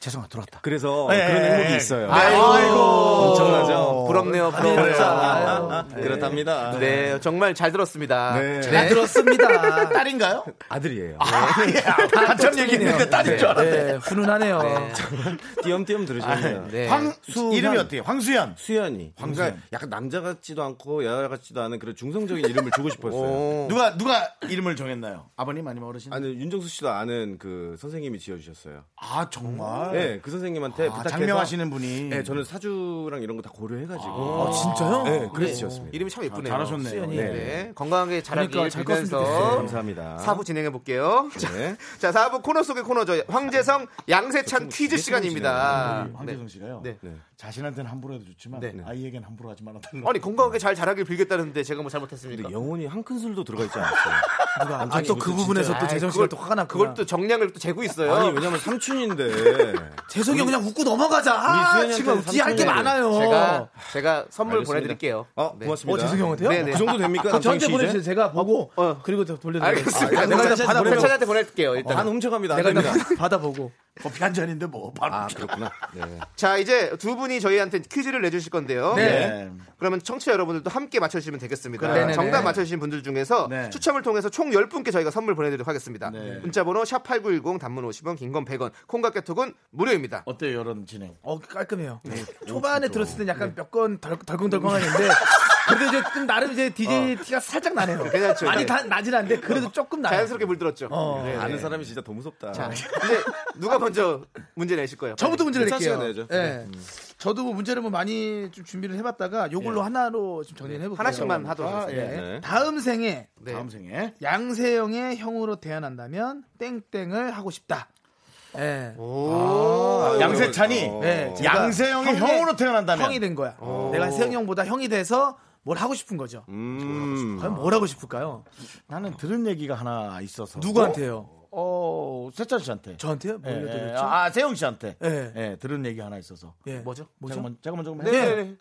A: 죄송합니다. 돌아왔다.
F: 그래서
A: 예,
F: 그런
A: 예,
F: 행복이
A: 예.
F: 있어요.
B: 아이고.
F: 엄청나죠?
B: 부럽네요. 부럽네요.
F: 아, 그렇답니다.
B: 네, 정말 잘 들었습니다.
F: 네.
E: 잘 들었습니다.
A: 그 딸인가요?
F: 아들이에요.
A: 한참 얘기했는데 딸인 줄 알았네.
E: 네, 훈훈하네요.
F: 띄엄띄엄 들으셨네요.
B: 네.
A: 황
F: 수현.
A: 이름이 어때요? 황수연.
F: 수연이. 그러니까 약간 남자 같지도 않고 여자 같지도 않은 그런 중성적인 이름을 주고 싶었어요.
B: 오.
A: 누가 누가 이름을 정했나요? 아버님 아니면 어르신?
F: 아니 윤정수 씨도 아는 그 선생님이 지어주셨어요.
A: 아 정말.
F: 네, 그 선생님한테
A: 아,
F: 부탁해서
A: 장명하시는 분이.
F: 네, 저는 사주랑 이런 거 다 고려해가지고.
E: 아, 진짜요?
F: 네, 그래서 지었습니다.
B: 이름이 참 예쁘네요.
A: 잘하셨네요. 수연이.
B: 네. 네. 건강하게 잘하길
E: 그러니까 잘 컸으면
B: 빌면서
F: 감사합니다.
B: 사부 진행해 볼게요. <laughs>
F: 네.
B: 자, 사부 코너 속의 코너죠. 황재성, 양세찬 퀴즈 시간입니다.
A: 아, 황재성 씨가요.
B: 네.
F: 네.
A: 자신한테는 함부로 해도 좋지만
B: 네.
A: 아이에겐 함부로 하지 말아달라.
B: 아니 건강하게 잘 자라길 빌겠다는데 제가 뭐 잘못했습니까?
F: 근데 영혼이 한 큰술도 들어가
E: <laughs>
F: 있지 않았어요.
E: 누가? 아, 또 그 부분에서 또
B: 아이,
E: 재성 씨가
B: 네. 그걸-
E: 또 화가 났구나.
B: 그걸 또 정량을 또 재고 있어요.
F: 아니 왜냐면 삼촌인데
E: 재성이 형 그냥 웃고 넘어가자. 아,
F: 우리 수현이한테
E: 지금 웃지 할게
F: 삼촌이네.
E: 많아요.
B: 제가 제가 선물
F: 알겠습니다.
B: 보내드릴게요.
F: 어
B: 네.
F: 고맙습니다.
E: 어, 재성이 형한테요?
B: 네, 네.
F: 그 정도
A: 아,
F: 됩니까?
E: 그럼 저한테
F: 남창희 씨
E: 보내주세요. 제가 보고
B: 어.
E: 그리고 또 돌려드릴게요.
B: 알겠습니다.
E: 아,
B: 내가
E: 내가
B: 일단
E: 받아 보고.
B: 세찬한테 보낼게요. 일단.
F: 이제? 안 훔쳐갑니다.
E: 내가
F: 내가
E: 일단 받아보고.
A: 커피 한 잔인데 뭐 바로.
F: 아 그렇구나. 네.
B: 자 이제 두 분이 저희한테 퀴즈를 내주실 건데요.
A: 네.
B: 그러면 청취자 여러분들도 함께 맞춰주시면 되겠습니다.
E: 그래, 네네.
B: 정답 맞춰주신 분들 중에서
A: 네.
B: 추첨을 통해서 총 10분께 저희가 선물 보내드리도록 하겠습니다.
A: 네.
B: 문자번호 샵8910 단문 50원 긴 건 100원 콩과 깨톡은 무료입니다.
A: 어때요 여론 진행?
E: 어 깔끔해요. 초반에 들었을 땐 약간 몇 건 덜컹덜컹했는데 그래도 이제 좀 나름 이제 DJ 티가 살짝 나네요.
B: 괜찮죠,
E: 아니
B: 이제.
E: 다 나진 않는데 그래도 조금 나요.
B: 자연스럽게 물들었죠.
E: 어.
B: 네, 네.
F: 아는 사람이 진짜 더 무섭다.
B: 자, 이제 누가 먼저 문제 내실 거예요?
E: 저부터 문제를
F: 괜찮
E: 낼게요.
F: 시간 내야죠.
E: 예. 저도 뭐 문제를 뭐 많이 좀 준비를 해봤다가 요걸로 하나로 좀 정리를 해볼게요.
B: 하나씩만 하도록 하겠습니다.
E: 네.
F: 네.
E: 다음 생에
B: 네.
A: 다음 생에
E: 양세형의 형으로 태어난다면 땡땡을 하고 싶다. 예.
A: 아, 양세찬이
E: 예, 제가
A: 양세형의 형으로 태어난다면
E: 형이 된 거야. 내가 세영형보다 형이 돼서 뭘 하고 싶은 거죠.
F: 음.
E: 과연 뭘 하고 싶을까요?
A: 나는 들은 얘기가 하나 있어서
E: 누구한테요?
A: 어, 세찬 씨한테.
E: 저한테요? 뭘
A: 예, 예,
E: 여쭤봤죠?
A: 아, 세영 씨한테.
E: 예.
A: 예. 들은 얘기 하나 있어서.
E: 예. 뭐죠? 뭐죠?
A: 잠깐만, 잠깐만, 잠깐만. 예.
E: 네.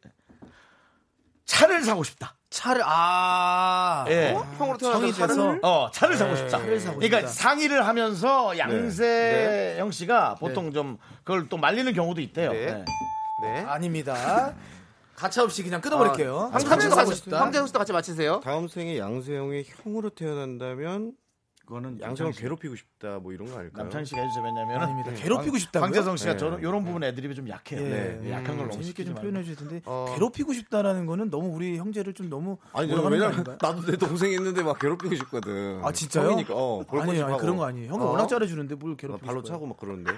A: 차를 사고 싶다.
E: 차를 아
A: 예.
B: 형으로
E: 형이
B: 태어나서
E: 돼서
B: 차를
A: 어, 차를 사고 싶다.
E: 차를 사고
A: 그러니까
E: 싶다. 네.
A: 상의를 하면서 양세형 씨가 보통 좀 그걸 또 말리는 경우도 있대요.
B: 네.
A: 네.
B: 네.
E: 아닙니다. 가차 없이 그냥 끊어버릴게요.
B: 아, 황
E: 차
B: 재
E: 를
B: 수
E: 사고
B: 같이
E: 싶다.
B: 황재수 씨도 같이 맞히세요.
F: 다음 생에 양세형의 형으로 태어난다면
A: 그거는
F: 양세형
A: 양세형
F: 괴롭히고 싶다 뭐 이런 거 아닐까요?
A: 남창희 씨가 해주세요. 왜냐면
E: 아닙니다. 괴롭히고 싶다고요?
A: 황재성 씨가
F: 네.
A: 저런 이런 부분 애드립이 좀 약해요.
E: 예.
A: 네. 약한 걸 너무
E: 재밌게
A: 시키지
E: 좀
A: 말고.
E: 표현해 주실 텐데
B: 어.
E: 괴롭히고 싶다라는 거는 너무 우리 형제를 좀 너무
F: 아니
E: 뭐라고 하는
F: 저는
E: 거
F: 왜냐면
E: 아닌가요?
F: 나도 내 동생 있는데 막 괴롭히고 싶거든.
E: 아, 진짜요?
F: 형이니까 어. 골고
E: 아니에요, 아니
F: 싶하고.
E: 그런 거 아니에요. 형이
F: 어?
E: 워낙 잘해주는데 뭘
F: 나
E: 괴롭히고
F: 발로
E: 싶어요?
F: 차고 막 그러는데.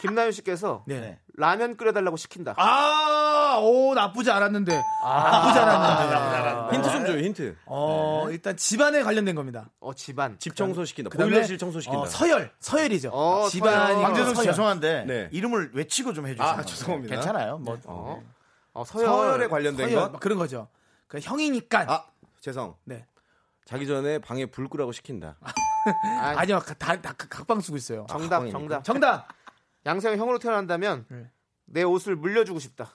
B: 김나윤 씨께서
E: 네.
A: 네.
B: 라면 끓여달라고 시킨다.
E: 아, 오 나쁘지 않았는데 나쁘지 않았는데. 아.
F: 힌트 좀 줘요 힌트.
E: 어 일단 집안에 관련된 겁니다.
B: 어 집안.
F: 집 청소 시킨다.
E: 그다음에
F: 보일러실 청소 시킨다.
E: 어, 서열, 서열이죠.
B: 어,
E: 집안이
B: 서열.
A: 황재성 씨
E: 음. 서열.
A: 죄송한데
F: 네.
A: 이름을 외치고 좀 해주세요.
F: 아, 죄송합니다.
A: 괜찮아요. 뭐
B: 어, 어, 서열.
F: 서열에 관련된
E: 서열
F: 거.
E: 막 그런 거죠. 그 형이니까.
F: 아 재성.
E: 네.
F: 자기 전에 방에 불 끄라고 시킨다.
B: 아니,
E: 아니요, 다, 다, 그 각- 각방 쓰고 있어요.
B: 정답
F: 가방이니까.
B: 정답.
E: 정답.
B: 양세형 형으로 태어난다면
E: 네.
B: 내 옷을 물려주고 싶다.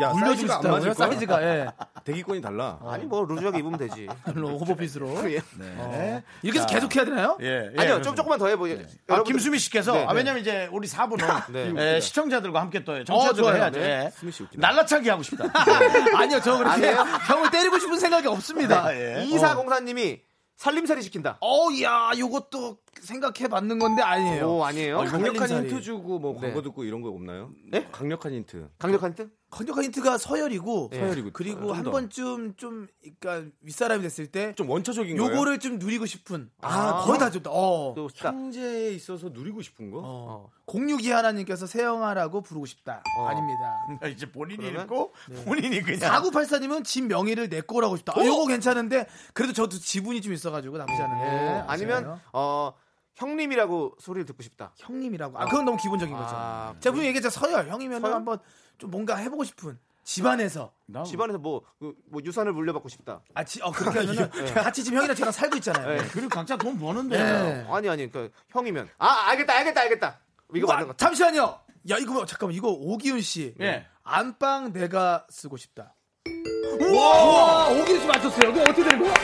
F: 야
E: 물려주고
F: 사이즈가 안
E: 싶다고요?
F: 맞을 거야.
E: 사이즈가 예.
F: 대기권이 달라.
B: 아니 뭐 루즈하게 입으면 되지.
E: <laughs> 별로 오버핏으로.
B: 예.
A: 네.
E: 이렇게 해서 계속 해야 되나요?
A: 예, 예.
B: 아니요 좀 조금만 더 해보세요.
A: 아,
B: 여러분
A: 김수미 씨께서
B: 네,
A: 아,
B: 네.
A: 왜냐면 이제 우리 4부는 예,
B: 네.
A: 시청자들과 함께 또 정치자들
E: 좋아요.
A: 해야죠.
B: 네.
A: 예.
F: 수미 씨 웃기다.
A: 날라차기 하고 싶다. <laughs>
E: 아니요, 저 그렇게
B: 아니에요?
E: 형을 때리고 싶은 생각이 없습니다.
A: 예.
B: 이사공사님이 살림살이 시킨다.
E: 어, 야, 요것도 생각해 받는 건데 아니에요.
B: 오 아니에요.
F: 어, 강력한
E: 살림살이.
F: 힌트 주고 뭐 광고
B: 뭐 네.
F: 듣고 이런 거 없나요?
B: 네?
F: 강력한 힌트.
B: 강력한 힌트?
E: 컨디션 힌트가 서열이고,
B: 예.
F: 서열이고, 좀
E: 그리고 한
F: 더.
E: 번쯤 좀, 그러니까 윗사람이 됐을 때,
F: 좀 원초적인 거예요.
E: 요거를 좀 누리고 싶은. 아, 거의 다 줬다. 어.
B: 또 싶다.
F: 형제에 있어서 누리고 싶은 거? 아,
E: 어. 06이 하나님께서 세영아라고 부르고 싶다.
B: 어.
E: 아닙니다.
A: <laughs> 이제 본인이
B: 그러면?
A: 읽고 본인이 그냥
E: 4984님은 집 명의를 내 거라고 싶다. 아,
B: 어?
E: 요거 괜찮은데, 그래도 저도 지분이 좀 있어가지고 나쁘지 않은데.
B: 예. 아니면
E: 아세요?
B: 어 형님이라고 소리를 듣고 싶다.
E: 형님이라고. 아, 그건 너무 기본적인 거죠.
B: 어. 아,
E: 제가 분명히 얘기했죠. 서열. 형이면
B: 서열?
E: 한번 좀 뭔가 해보고 싶은. 집안에서.
B: 집안에서 뭐, 그, 뭐 유산을 물려받고 싶다.
E: 아, 지, 어, 그렇게 하면은
B: 네.
E: 같이 지금 형이랑 저랑 살고 있잖아요.
B: 예.
A: 그리고 각자 돈 버는데.
E: 네.
B: 아니 아니 그러니까 형이면 아 알겠다 알겠다 알겠다. 이거
E: 와,
B: 맞는 것 네. 같아.
E: 잠시만요. 야, 이거 뭐, 잠깐만. 이거 오기훈 씨.
A: 예.
E: 안방 내가 쓰고 싶다. 우와! 오기훈 씨 맞췄어요. 그거 어떻게 되는 거야?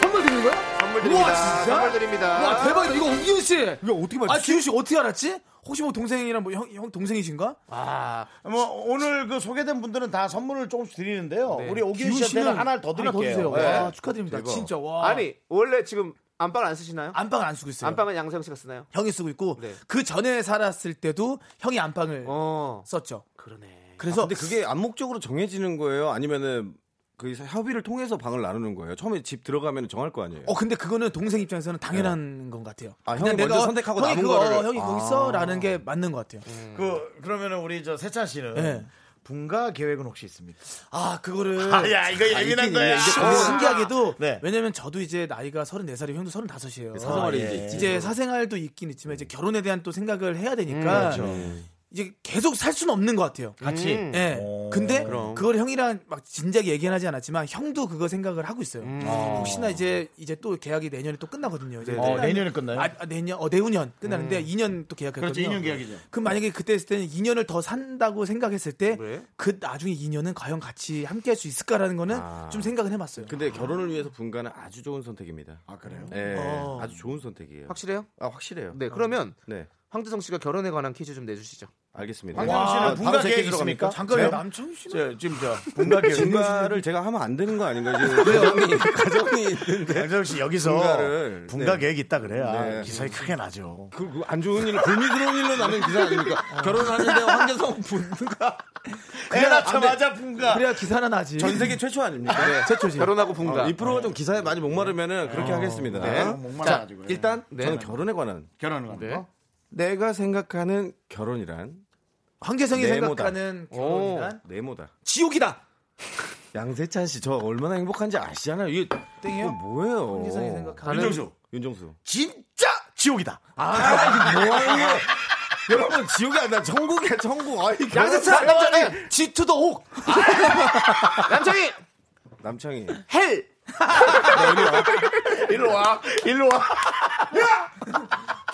E: 선물 드리는 거야?
B: 선물 드립니다.
E: 우와, 진짜?
B: 선물 드립니다.
E: 와, 대박이다. 이거 오기훈 씨. 이거
F: 어떻게
E: 아, 기훈 씨 어떻게 알았지? 혹시 뭐 동생이랑 뭐 형, 형 동생이신가?
B: 아,
A: 뭐 오늘 그 소개된 분들은 다 선물을 조금씩 드리는데요.
B: 네.
A: 우리 오기훈
E: 기훈
A: 씨한테는 하나를 더
E: 하나
A: 드릴게요.
E: 주세요.
A: 예.
E: 와, 축하드립니다.
F: 대박.
E: 진짜 와.
B: 아니 원래 지금 안방을 안 쓰시나요?
E: 어. 안방을 안 쓰고 있어요.
B: 안방은 양세형 씨가 쓰나요?
E: 형이 쓰고 있고
B: 네.
E: 그 전에 살았을 때도 형이 안방을
B: 어
E: 썼죠.
B: 그러네.
E: 그래서
F: 아, 근데 그게 암묵적으로 정해지는 거예요? 아니면은 그 협의를 통해서 방을 나누는 거예요? 처음에 집 들어가면 정할 거 아니에요?
E: 어 근데 그거는 동생 입장에서는 당연한 건 같아요.
F: 아, 형이 먼저 선택하고
E: 형이
F: 남은
E: 그거,
F: 거를-
E: 어, 형이 거기 있어라는 게 맞는 것 같아요.
A: 그 그러면은 우리 저 세찬 씨는
E: 예.
A: 분가 계획은 혹시 있습니까?
E: 아 그거를
A: 야 아, 이거 예민한
F: 아,
A: 거야.
E: 어, 신기하게도
A: 네.
E: 왜냐면 저도 이제 나이가 34살이고 형도 35이에요.
F: 그 사생활이
A: 아,
F: 이제
A: 예.
F: 있지.
E: 이제 사생활도 있긴 있지만 이제 결혼에 대한 또 생각을 해야
F: 음,
E: 되니까
F: 그렇죠. 네.
E: 이제 계속 살 수는 없는 것 같아요.
A: 같이.
B: 음.
E: 예.
A: 오.
E: 근데
F: 어, 그럼.
E: 그걸 형이랑 막 진작에 얘기는 하지 않았지만 형도 그거 생각을 하고 있어요.
F: 음.
A: 어.
E: 혹시나 이제 이제 또 계약이 내년에 또 끝나거든요. 이제
B: 네.
A: 어,
E: 끝나면-
A: 내년에 끝나요?
E: 아, 아, 내년 어 내후년 끝나는데
F: 음.
E: 2년 또 계약했거든요.
A: 그렇죠. 2년 계약이죠.
E: 그럼 만약에 그때 했을 때는 2년을 더 산다고 생각했을 때 그
B: 그래?
E: 나중에 2년은 과연 같이 함께 할 수 있을까라는 거는
F: 아.
E: 좀 생각을 해 봤어요.
F: 근데 결혼을 위해서 분가는 아주 좋은 선택입니다.
A: 아 그래요?
F: 예,
E: 어.
F: 아주 좋은 선택이에요.
B: 확실해요?
F: 아, 확실해요.
B: 네. 그러면
F: 네,
B: 황재성 씨가 결혼에 관한 퀴즈 좀 내주시죠.
F: 알겠습니다.
A: 황정
F: 와,
A: 씨는
F: 바로
A: 분가
F: 제
A: 계획
F: 퀴즈로
A: 있습니까?
F: 갑니까?
A: 네.
E: 남청희 씨는
A: 저, 지금 <laughs> 저 분가 계획.
F: 분가를 제가 하면 안 되는 거 아닌가요? 지금 가정이 가정이 있는데
A: 양정 씨 여기서
F: 분가를,
A: 네. 분가
F: 네.
A: 계획 있다 그래야
F: 네.
A: 기사에 크게 나죠.
F: 그안 좋은 일로 불미스러운 일로 나는 기사 아닙니까? 결혼하는데 황재성 분가
A: 애 낳자마자 분가.
E: 그래야 기사 하나 나지.
F: 전 세계 최초 아닙니까?
E: 최초지.
B: 결혼하고 분가.
F: 이 프로가 어, 좀 기사에 많이 목마르면은 그렇게 하겠습니다.
A: 아, 목마라
B: 자,
A: 가지고요.
F: 일단
B: 네.
F: 저는 결혼에 관한
A: 결혼을 하는 거.
F: 내가 생각하는 결혼이란
E: 황재성이
F: 네모다.
E: 생각하는
B: 어.
E: 결혼이란
F: 네모다.
E: 지옥이다.
F: 양세찬 씨 저 얼마나 행복한지 아시잖아요. 이게
E: 땡이요?
F: 이거 뭐예요?
E: 황재성이
A: 음.
E: 생각하는
A: 윤정수
F: 윤정수.
A: 진짜 지옥이다.
F: 아, 이게 뭐예요? <laughs> 여러분 지옥이 아니라 천국이야 천국. 아이,
B: 양세찬 남창희
E: G2도 옥.
B: 남창희
F: 남창이.
B: 헬
A: 일로 와, 일로 와.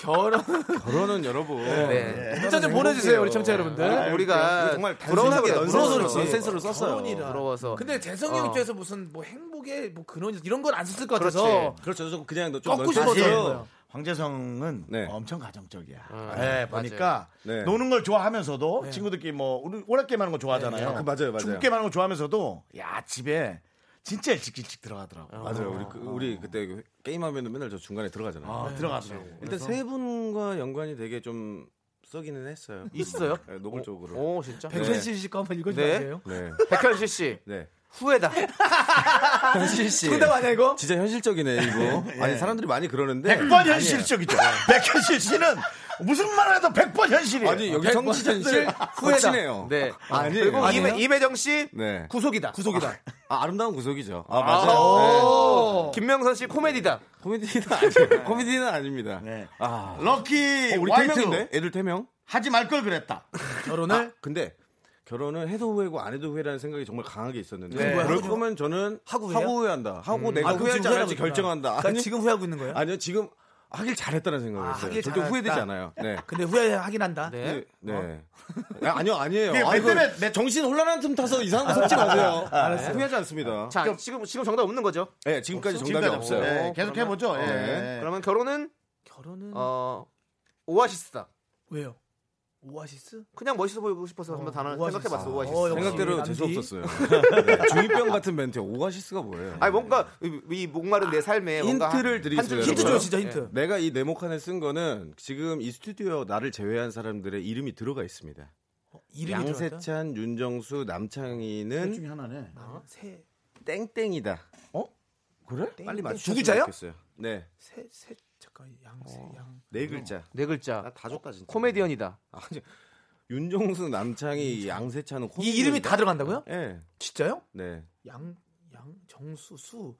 E: 결혼.
F: 결혼은 여러분.
B: 네.
E: 문자 좀 보내주세요, 우리 청취자 여러분들.
B: 우리가
F: 정말
B: 부러워하게
F: 단순하게 넌센스로
B: 부러워서
F: 넌센스로 썼어요.
E: 결혼이라.
B: 부러워서.
E: 근데 재성이 형 입장에서 무슨 뭐 행복의 뭐 근원 이런 건 안 썼을 것
B: 그렇지.
E: 같아서.
F: 그렇죠. 저 그냥 좀
E: 꺾고
F: 넌센스.
E: 싶어서요.
F: 사실
E: 거예요.
A: 황재성은
F: 네.
A: 엄청 가정적이야.
B: 아,
A: 네, 보니까
F: 네.
A: 노는 걸 좋아하면서도 친구들끼리 뭐 우리 오락 게임하는 거 좋아하잖아요.
F: 네. 아, 그 맞아요, 맞아요.
A: 중국 게임하는 거 좋아하면서도 야 집에 진짜 일찍 일찍 들어가더라고.
F: 맞아요. 우리 그, 우리 그때 그 게임하면 맨날 저 중간에 들어가잖아요.
A: 아, 들어가더라고.
F: 일단 세 분과 연관이 되게 좀 써기는 했어요.
B: 있어요?
F: 네, 노골적으로.
B: 오 진짜.
F: 네.
E: 백현실 씨거 한번 읽어주면
B: 네.
E: 안 돼요?
F: 네.
B: 백현실 씨
F: 네.
B: 후회다.
F: <laughs> 현실 씨.
E: 정답 아니야, 이거?
F: 진짜 현실적이네 이거. 아니 사람들이 많이 그러는데.
A: 100번 현실적이죠. 백현실 씨는 무슨 말을 해도 100번 현실이에요.
F: 아니 여기 정치 현실 후회네요.
B: 네.
F: 아니
B: 그리고 이매, 이매정 씨
F: 네.
B: 구속이다. 구속이다.
F: 아, 아름다운 구속이죠. 아
B: 오.
F: 맞아요.
B: 네. 김명선 씨 코미디다.
F: 네. 코미디는 아니에요. 코미디는 아닙니다.
A: 네.
F: 아
A: 럭키
F: 우리
A: 와이트
F: 태명인데 애들 태명. 아,
A: 하지 말 걸 그랬다.
E: 결혼을?
F: 근데 결혼을 해도 후회고 안 해도 후회라는 생각이 정말 강하게 있었는데
B: 네.
F: 그럴 거면 저는 하고,
E: 후회요?
F: 후회한다. 하고 내가
E: 아, 그럼
F: 후회할지
E: 지금
F: 안 할지
E: 후회하는구나.
F: 결정한다.
E: 그러니까
F: 아니,
E: 지금 후회하고 있는 거예요?
F: 아니요 지금 하길 잘했다는 생각을
E: 아,
F: 했어요.
E: 하길
F: 절대
E: 잘했다. 어?
F: 후회되지 않아요. 네.
E: 근데 후회하긴 한다.
B: 네.
F: 네. 아, 아니요 아니에요.
A: 그게
F: 아,
A: 네, 내
F: 이거
A: 때문에 내-
F: 정신 혼란한 틈 타서
E: <laughs>
F: 이상한 거 섞지
A: 아, 네.
F: 마세요. 후회하지 않습니다.
B: 자 지금 지금 정답 없는 거죠?
F: 네, 지금까지 정답이
A: 지금까지
F: 없어요.
A: 없어요. 네, 계속 해보죠. 예.
F: 네.
B: 그러면 결혼은
E: 결혼은
B: 어 오아시스다.
E: 왜요? 오아시스?
B: 그냥 멋있어 보이고 싶어서 한번 단어
E: 오아시스.
B: 생각해봤어 오아시스. 음.
E: 어, 역시.
F: 생각대로
E: 남기.
F: 재수 없었어요. 네, 중2병 같은 멘트 오아시스가 뭐예요?
B: 아니 뭔가 이, 이 목마른 내 삶에 뭔가
F: 힌트를 드리겠습니다.
E: 힌트
F: 여러분.
E: 줘요, 진짜 힌트.
F: 내가 이 네모칸에 쓴 거는 지금 이 스튜디오 나를 제외한 사람들의 이름이 들어가 있습니다.
E: 이름이 들어갔다?
F: 양세찬, 윤정수,
A: 셋
F: 남창희는
A: 중에 하나네.
E: 아, 세,
F: 땡땡이다.
A: 그래?
F: 빨리 맞추.
E: 주구자요?
F: 네,
E: 세, 세, 잠깐, 양, 세, 양.
F: 네 글자.
B: 네 글자.
F: 나 다 줬다 진짜.
B: 코미디언이다.
F: 아니, 윤정수, 남창희, 양세찬은
E: 이
F: 코미디.
E: 이름이 다 들어간다고요?
F: 네,
E: 진짜요?
F: 네.
E: 양, 양, 정수, 수,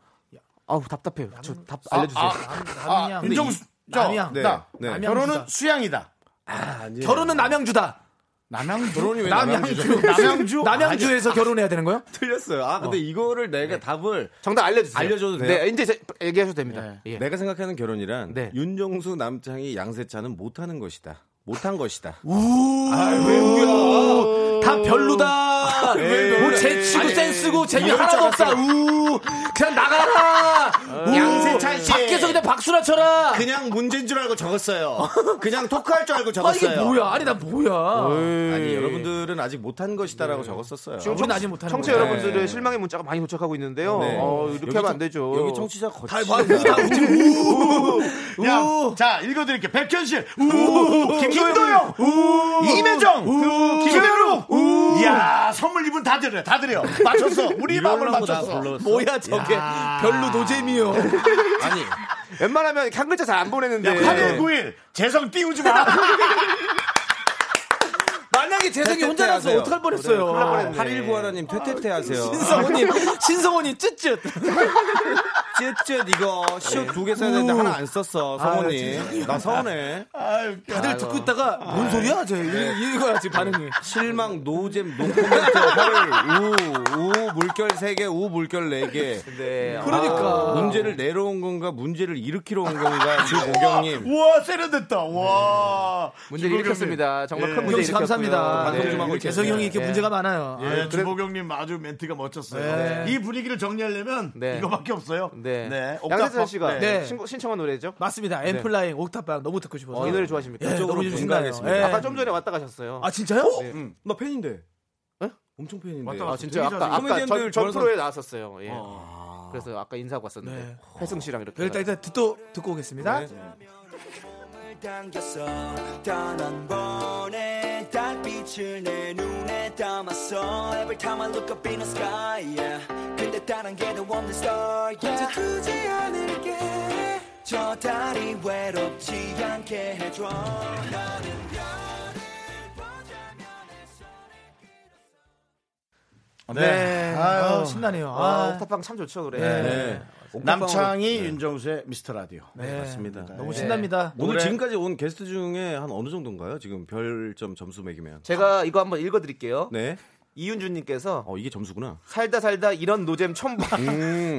B: 아우 답답해요.
E: 양,
B: 저 답
F: 아,
E: 수,
B: 알려주세요.
E: 남, 남양. 네,
A: 윤정수.
E: 남양.
F: 네.
A: 나.
F: 네.
E: 남양
A: 결혼은
E: 주다.
A: 수양이다.
F: 아니에요.
E: 결혼은 남양주다.
A: 남양주.
F: 결혼이 왜
A: 남양주.
F: 남양주죠?
A: 남양주.
E: <laughs> 남양주에서 결혼해야 되는 거요?
F: 틀렸어요. 아 근데 이거를 내가 답을
B: 정답 알려주세요.
F: 알려줘도 돼요? 네.
B: 네, 이제 제- 얘기하셔도 됩니다. 예.
F: 내가 생각하는 결혼이란
B: 네.
F: 윤정수, 남창희, 양세찬은 못하는 것이다. 못한 것이다.
E: 다 별로다. 뭐 재치고 센스고 재미 하나도 없다. 우 그냥 나가라. 우.
A: 양세찬 씨.
E: 밖에서 그냥 박수나 쳐라.
A: 그냥 문제인 줄 알고 적었어요. 그냥 토크할 줄 알고
E: 아 이게 뭐야? 아니 나 뭐야?
F: 아니 여러분들은 아직 못한 것이다라고 적었었어요.
B: 지금
E: 우린
B: 청-
E: 아직 못하는
B: 청취
E: 거예요.
B: 여러분들의 실망의 문자가 많이 도착하고 있는데요.
F: 네.
B: 어, 이렇게
F: 여기
B: 하면 안
F: 청-
B: 되죠.
F: 여기 청취자 거치.
A: 야, 자 읽어드릴게요. 백현실, 우, 김도영, 우, 이매정, 우, 김현우, 우. 이야 선물 이분 다 드려, 다 드려. 맞췄어. 우리 마음을 맞췄어.
E: 뭐야 저게? 별로 노잼이요.
F: 아니
B: 웬만하면 한 글자 잘 안 보내는데.
A: 8월 9일 재성 띄우지 마.
E: 만약에 재성이 혼자 났으면 어떡할 뻔했어요.
F: 8191님 퇴퇴퇴 하세요.
E: <laughs> 신성호님, 신성호님 쯧쯧.
F: 쯧쯧 이거 시옷 네. 두 개 써야 되는데 하나 안 썼어. 성훈이. 나 서운해.
E: 다들 듣고 있다가 뭔 소리야? 저 이- 이거야 지금
F: 아,
E: 반응이.
F: 실망 노잼 노코멘트 헐, 우, 우 물결 3개, 우 물결 4개.
B: 네.
E: 그러니까.
F: 문제를 내려온 건가 문제를 일으키러 온 건가 주공경님.
A: 우와 세련됐다. 와.
B: 문제 를 일으켰습니다. 정말 큰 문제
E: 문경 씨
B: 일으켰고요.
E: 감사합니다.
F: 방송 좀 하고
E: 우리
F: 있겠네요.
E: 재성이 형이 이렇게
B: 네.
E: 문제가 많아요. 아,
A: 예, 주보경님 아주 멘트가 멋졌어요.
E: 네.
A: 이 분위기를 정리하려면
B: 네.
A: 이거밖에 없어요.
B: 네.
A: 옥탑방.
B: 양세찬 씨가
A: 네.
E: 네.
B: 신고- 신청한 노래죠.
E: 맞습니다. 엠플라잉 옥탑방 너무 듣고 싶어서.
B: 어, 이 노래 좋아하십니까?
E: 예,
F: 이쪽으로
E: 너무 신나요.
F: 분가하겠습니다.
E: 예.
B: 아까 좀 전에 왔다 가셨어요.
E: 아 진짜요?
F: 나 팬인데. 엄청 팬인데.
A: 맞다,
B: 아,
A: 맞다.
B: 진짜
A: 되게
B: 아까 아까
F: 코미디언들
B: 전, 전
F: 좋아해서-
B: 프로에 나왔었어요. 예. 그래서 아까 인사하고 왔었는데
E: 네.
B: 회승 씨랑 이렇게.
E: 일단 일단 듣고 듣고 오겠습니다.
G: 당겼어 단 한 번의 달빛을 내 눈에 담았어 Every time I look up in the sky yeah. 근데 다른 게더 없는 star yeah. 두지 않을게 저 달이 외롭지 않게 해줘
A: 네.
E: 네. 아유, 신나네요.
B: 아,
E: 아,
F: 네.
A: 네.
B: 아, 옥탑방 참 좋죠, 그래.
E: 네.
F: 네.
A: 남창이 윤정수의 미스터 라디오.
F: 네, 맞습니다.
E: 너무 신납니다.
A: 네.
F: 네. 오늘
B: 노래-
F: 지금까지 온 게스트 중에 한 어느 정도인가요? 지금 별점 점수 매기면.
B: 제가 이거 한번 읽어드릴게요.
F: 네.
B: 이윤주님께서
F: 어, 이게 점수구나.
B: 살다 살다 이런 노잼 첨부
F: 음.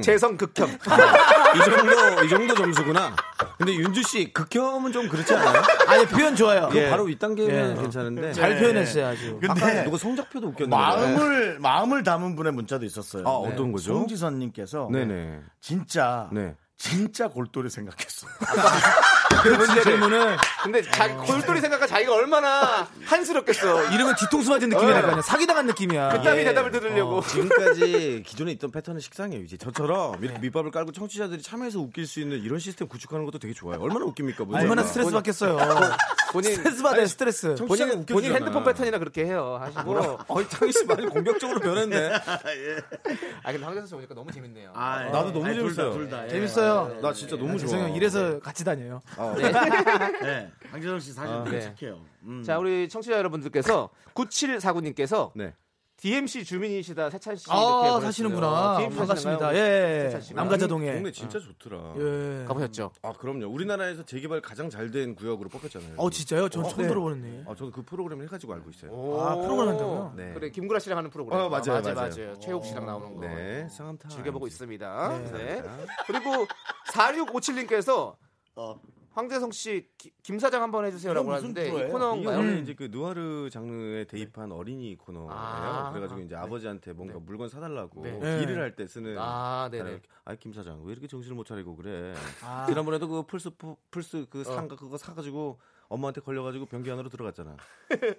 B: <laughs> 재성 극혐.
F: 이 정도, 이 정도 점수구나. 근데 윤주씨, 극혐은 좀 그렇지 않아요?
E: 아니 표현 좋아요.
F: 그거 바로 윗단계면
E: 예.
F: 괜찮은데.
E: 잘 표현했어요
A: 네.
E: 아주.
F: 아까
A: 근데
F: 누가 성적표도 웃겼는데.
A: 마음을 마음을 담은 분의 문자도 있었어요. 네.
F: 아, 어떤 거죠?
A: 송지선님께서
F: 네네.
A: 진짜
F: 네.
A: 진짜 골똘히 생각했어.
E: <laughs>
B: 그 질문을. 근데 자, 골똘히 생각한 자기가 얼마나 한스럽겠어. 이
E: 이러면 뒤통수 맞은 느낌이 날거 아니야. 사기당한 느낌이야.
B: 땀이 대답을 들으려고.
F: 어, 지금까지 기존에 있던 패턴은 식상해요. 이제 저처럼 이렇게 밑밥을 깔고 청취자들이 참여해서 웃길 수 있는 이런 시스템 구축하는 것도 되게 좋아요. 얼마나 웃깁니까? 뭔가.
E: 네. 얼마나 스트레스 받겠어요.
B: 본인
E: 스트레스 받아요 스트레스. 뭐,
F: 청취자가
B: 본인, 본인
F: 웃겨주잖아.
B: 핸드폰 패턴이나 그렇게 해요. 하시고.
F: 어이 창희 씨 많이 공격적으로 <laughs> 변했네.
B: 아 근데 황정수 씨 오니까 너무 재밌네요.
F: 나도 너무 재밌어요. 예.
E: 재밌어요.
F: 나 진짜 너무 좋아.
E: 죄송해요. 이래서 같이 다녀요.
A: 네. 황재성 씨 사실 되게
B: 네.
A: 착해요. 음.
B: 자 우리 청취자 여러분들께서 9749님께서
F: 네.
B: DMC 주민이시다 세찬 씨 이렇게
E: 아
B: 보내주셨어요.
E: 사시는구나.
B: DMC
E: 반갑습니다.
B: 사시나요?
E: 예.
B: 사시나요?
E: 남가자동에.
F: 동네 진짜 좋더라.
E: 예.
B: 가보셨죠?
F: 아 그럼요. 우리나라에서 재개발 가장 잘 된 구역으로 뽑혔잖아요.
E: 어 진짜요? 전 처음 들어보는데.
F: 아 저도 그 프로그램을 해가지고 알고 있어요.
E: 아 프로그램 한다고요?
F: 네.
B: 그래 김구라 씨랑 하는 프로그램.
F: 어, 맞아요,
B: 맞아요.
F: 맞아요.
B: 맞아요. 최욱 씨랑 나오는 거.
F: 네. 상암타.
B: 즐겨보고 있습니다. 네. 그리고 4657님께서 황재성 씨 기- 김사장 한번 해주세요라고
A: 어. 이건 무슨
B: 하는데 이
A: 프로예요?
F: 이게
B: 코너인가요?
F: 원래 이제 그 누아르 장르에 대입한 어린이 코너예요.
B: 음. 아.
F: 그래가지고 이제 아버지한테 뭔가 물건 사달라고 그
E: 네.
F: 일을 할 때 쓰는.
B: 아, 네네.
F: 네. 아, 김 사장 왜 이렇게 정신을 못 차리고 그래? 지난번에도 그 플스 푸- 플스 그 상가 그거 사가지고 엄마한테 걸려가지고 변기 안으로 들어갔잖아.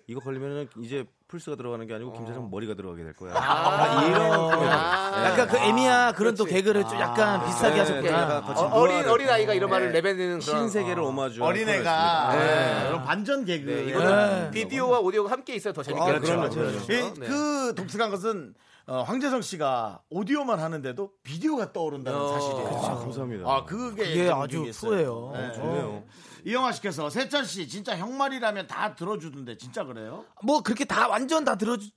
F: 이거 걸리면은 이제 플스가 들어가는 게 아니고 김 사장 머리가 들어가게 될 거야.
B: 아,
F: 이런 프로그램.
A: 네.
B: 아.
E: 약간 그 애미야 그런 또 개그를 좀 약간 비슷하게
F: 네,
E: 하셨구나.
F: 약간
B: 어,
F: 거친
B: 어린
F: 누아르.
B: 어린 아이가 이런 말을 내뱉는 그런
F: 신세계를 오마주
A: 어린애가 아.
B: 네.
A: 그런 반전 개그. 뭐
B: 네,
E: 네.
B: 이거는 비디오와 오디오가 함께 있어야 더 재밌게
A: 아,
B: 하는
A: 그렇죠.
B: 거죠.
A: 그렇죠. 이-
B: 네.
A: 그 독특한 것은 어, 황재성 씨가 오디오만 하는데도 비디오가 떠오른다는
B: 어,
A: 사실이에요.
F: 아, 감사합니다.
A: 아, 그게,
E: 그게
A: 좀
E: 아주
A: 의미 있어요.
E: 프로예요.
A: 네.
F: 좋네요.
A: 이영아 씨께서 세찬 씨 진짜 형말이라면 다 들어주던데 진짜 그래요?
E: 뭐 그렇게 다 완전 다 들어주진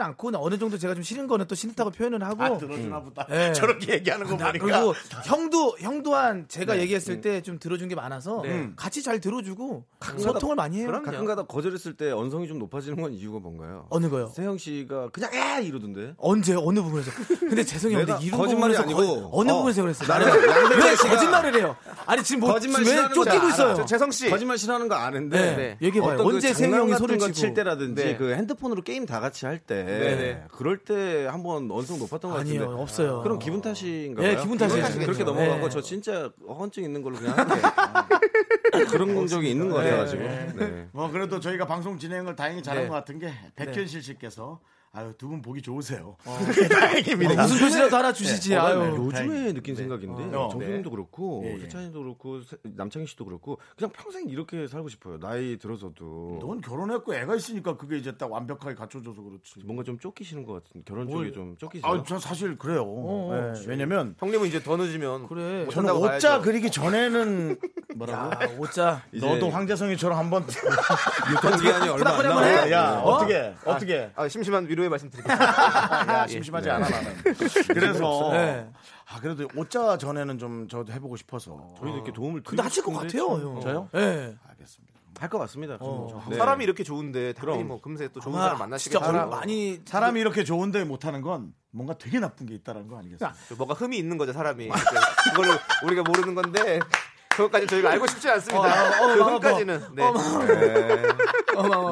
E: 않고 근데 어느 정도 제가 좀 싫은 거는 또 싫다고 표현을
F: 아,
E: 하고.
A: 다 들어주나 보다.
E: 아, 뭐,
A: <laughs>
E: 네.
A: 저렇게 얘기하는 거 보니까.
E: 그리고 형도 형도한 제가
F: 네.
E: 얘기했을
F: 음.
E: 때 좀 들어준 게 많아서 음, 같이 잘 들어주고 소통을 많이 해요. 그러니까
F: 가끔가다 거절했을 때 언성이 좀 높아지는 건 이유가 뭔가요?
E: 어느 거요?
F: 세형 씨가 그냥 에 이러던데.
E: 언제 어느 부분에서? 근데 죄송해요. 근데
F: 내가
E: 이런
F: 거짓말이
E: 부분에서 거-
F: 아니고.
E: 어느
F: 어.
E: 부분에서 그랬어요?
F: 나는
E: 왜
F: 양대태 씨가-
E: 거짓말을 해요? 아니 지금 뭐
F: 거짓말
E: 왜
F: 싫어하는 거
E: 쫓기고
F: 잘 알아.
E: 있어요?
F: 저
B: 재성 씨
F: 거짓말 싫어하는 거 아는데.
E: 네.
B: 네.
E: 얘기해봐요.
F: 어떤
E: 언제
F: 그
E: 세 명이
F: 장난
E: 소리를
F: 같은
E: 치고
F: 거칠 때라든지
B: 네.
F: 그 핸드폰으로 게임 다 같이 할 때
B: 네네.
F: 그럴 때 한번 언성 높았던 것 같은데.
E: 아니요 없어요.
F: 그럼 기분 탓인가요?
E: 네, 기분 탓이에요.
F: 그렇게
E: 탓이겠죠.
F: 넘어간
E: 네.
F: 거 저 진짜 허언증 있는 걸로 그냥 할게요. 그런 공적이 있는 거 같아가지고. 네.
A: 뭐 그래도 저희가 방송 진행을 다행히 잘한
B: 네.
A: 것 같은 게 백현실 씨께서 아유 두 분 보기 좋으세요. 아,
E: 어,
A: 다행입니다.
F: 네.
E: 무슨 표시라도 하나 주시지. 아유. 네.
F: 요즘에 느낀 생각인데
A: 어.
F: 정수님도 그렇고
A: 예, 예.
F: 세찬이도 그렇고 세- 남창희 씨도 그렇고 그냥 평생 이렇게 살고 싶어요. 나이 들어서도
A: 넌 결혼했고 애가 있으니까 그게 이제 딱 완벽하게 갖춰져서 그렇지.
F: 뭔가 좀 쫓기시는 것 같은 결혼 쪽에 좀 쫓기세요. <laughs>
A: 아, 전 사실 그래요. 예, 왜냐면
B: 형님은 이제 더 늦으면
E: 그래.
B: 못
A: 저는
B: 한다고
A: 옷자
B: 봐야죠.
A: 그리기 전에는 뭐라고?
E: 아,
A: <laughs>
E: 오자.
F: 이제
A: 너도 황재성이처럼 한번
F: 유통 기한이 얼마 안 남았어요.
A: 야, 어떻게 어떻게
B: 아, 심심한 위로의 말씀드리겠습니다.
A: 야, 심심하지 않아 나는. 그래서 아 그래도 옷자 전에는 좀 저도 해보고 싶어서
F: 저희도 이렇게 도움을
E: 근데 하실 것 같아요, 형. 예.
A: 알겠습니다.
F: 할것 같습니다. 네.
B: 사람이 이렇게 좋은데 당연히 뭐 금세 또 좋은 사람 만나시겠죠.
E: 아, 진짜 오늘 많이
A: 사람이 이렇게 좋은데 못하는 건 뭔가 되게 나쁜 게 있다는 거 아니겠어요?
B: 뭐가 흠이 있는 거죠 사람이. 그거를 우리가 모르는 건데 그것까지 저희가 알고 싶지
E: 어,
B: 않습니다. 그것까지는. 네.
F: <laughs>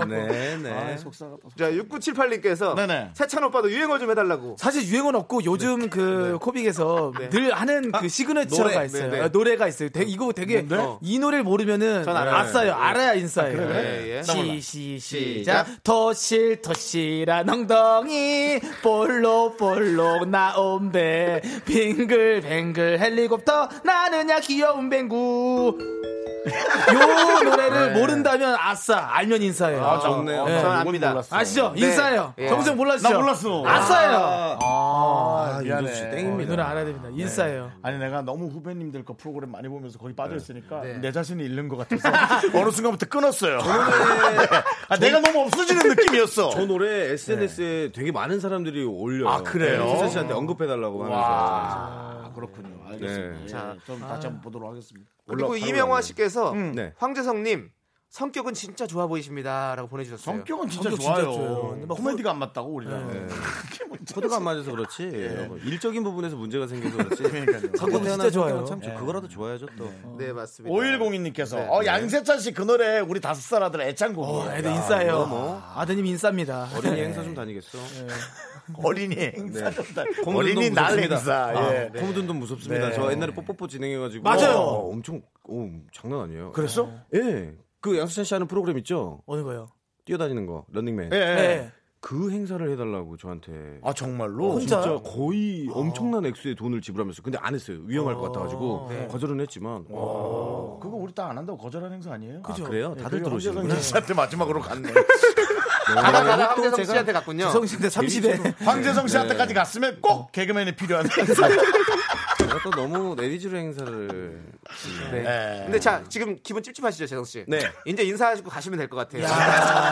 F: 네, 네.
E: 어.
B: 자 6978님께서
A: 네네.
B: 세찬 오빠도 유행어 좀 해달라고.
E: 사실 유행은 없고 요즘
B: 네.
E: 그 코빅에서 늘 하는 그 시그니처가
B: 아, 노래.
E: 있어요.
B: 네, 네.
E: 아, 노래가 있어요. 되게 이거 되게 이 노래를 모르면은
B: 전 알아요. 네.
E: 싸요 알아야 인싸예요. 네.
B: 예, 예.
E: 시시 시작 토실 토실한 엉덩이 볼록 볼록 나온대 빙글뱅글 헬리콥터 나느냐 귀여운 뱅구 요 노래를
B: 네.
E: 모른다면 아싸 알면 인싸예요.
F: 아,
A: 어,
F: 좋네요.
E: 예.
B: 저는 압니다.
E: 아시죠?
B: 네.
E: 인싸예요.
B: 예.
E: 정수형 몰랐죠?
A: 나 몰랐어.
E: 아싸예요.
A: 아, 미안해.
E: 이 노래 알아야 됩니다. 인싸예요.
A: 아니 내가 너무 후배님들 거 프로그램 많이 보면서 거기 빠져 있으니까 내 자신이 잃는 것 같아서 어느 순간부터 끊었어요. <laughs> 아, 내가 너무 없어지는 느낌이었어.
F: 저 노래 SNS에 되게 많은 사람들이 올려요. 네,
A: 아, 그래요?
F: 세찬 씨한테 언급해달라고 하면서.
A: 아, 그렇군요. 아, 알겠습니다.
F: 네.
A: 자, 좀 다시 한번 보도록 하겠습니다.
B: 그리고
F: 올라- 바로
B: 이명화
F: 올라가요.
B: 씨께서
F: 음. 네.
B: 황재성님 성격은 진짜 좋아 보이십니다라고 보내주셨어요.
A: 성격은 진짜
E: 성격 진짜
A: 좋아요.
E: 좋아요. 근데 막
A: 코미디가 네. 안 맞다고 우리랑.
F: 코드가 안 맞아서 그렇지 여러분, 일적인 부분에서 문제가 생겨서 그렇지 <laughs>
A: 그러니까요.
F: 성격
E: 진짜
F: 태어난
E: 좋아요.
F: 성격은 참 좋- 예. 그거라도 좋아야죠 또
B: 네 맞습니다.
A: 5102님께서
B: 네.
A: 어, 양세찬 씨 그 노래 우리 다섯 살 아들 애창곡이에요.
E: 어, 애들 인싸예요.
F: 뭐.
E: 아드님 인싸입니다.
F: 어린이 행사 좀 다니겠어
A: 어린이 행사
F: 네.
A: 좀다
F: 고무든도
A: 어린이 날
F: 무섭습니다.
A: 행사.
F: 아,
A: 예.
F: 고무든도 무섭습니다.
A: 네.
F: 저 옛날에 뽀뽀뽀 진행해가지고
E: 맞아요.
F: 어, 엄청 오, 장난 아니에요.
A: 그랬어?
F: 예. 그 양수찬 씨 하는 프로그램 있죠?
E: 어느 거요?
F: 뛰어다니는 거 런닝맨.
A: 예. 예.
E: 네.
F: 그 행사를 해달라고 저한테. 아.
A: 아 정말로.
F: 진짜 거의 엄청난 액수의 돈을 지불하면서 근데 안 했어요 위험할 것 같아가지고 거절은 했지만
A: 어, 그거 우리 딱 안 한다고 거절한 행사 아니에요?
F: 아, 그래요 다들 들어오시는
A: 황재성 씨한테 마지막으로 갔네.
B: 아마 다다 황재성 씨한테 갔군요.
E: 성신대
F: 네. <laughs>
E: 30대.
A: 황재성 씨한테까지 갔으면 꼭 개그맨이 필요한 행사.
F: 제가 또 너무 내리지로 행사를
B: 네. 근데 자 지금 기분 찝찝하시죠 재성 씨?
F: 네.
B: 이제 인사하시고 가시면 될 것 같아요. 그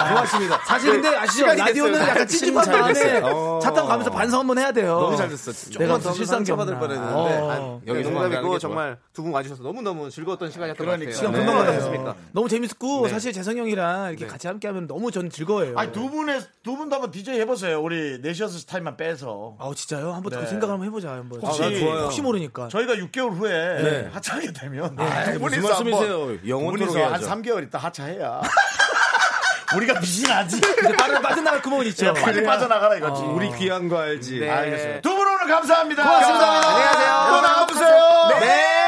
E: 고맙습니다. 사실 근데 아시죠?
B: 네, 시간이
E: 라디오는
B: 됐어요. <laughs>
E: 약간 찝찝한
F: 잘
E: 마음에
F: 됐어요.
E: 차 타고 가면서 반성 한번 해야 돼요.
F: 너무 잘 됐어
E: 내가
F: 더
E: 무슨 실상이
F: 상처받을
E: 없나.
F: 뻔했는데
E: 어.
F: 아,
B: 여기
F: 여기
B: 그러니까 농담이고 정말 두 분 와주셔서 너무 너무 즐거웠던 시간이었던
A: 그러니까.
B: 것 같아요.
E: 시간
A: 네.
E: 금방
A: 네.
E: 가셨습니까? 너무 재밌고
B: 네.
E: 사실 재성 형이랑 이렇게
B: 네.
E: 같이 함께하면 너무 전 즐거워요.
A: 아니 두 분의 두 분도 한번 DJ 해보세요. 우리 네셔스 타임만 빼서.
E: 아 진짜요? 한번
A: 네.
E: 더 생각 한번 해보자 한번.
A: 혹시- 아, 나 좋아요.
E: 혹시 모르니까.
A: 저희가 6개월 후에 하차하게 되면 아이, 두
F: 네. 무슨
A: 분이서 한번-
F: 말씀이세요? 영원토록
A: 분이서 한
F: 해야죠.
A: 3개월 있다 하차해야 <laughs> 우리가 미신하지
F: 그렇죠.
E: 빠른 빠져나갈 구멍은 있죠.
A: 빨리
F: 네.
A: 빠져나가라 이거지
F: 우리 귀한 거 알지 아,
B: 네.
A: 알겠습니다 두 분 오늘 감사합니다
B: 고맙습니다. 안녕하세요.
A: 또 나가보세요
B: 네.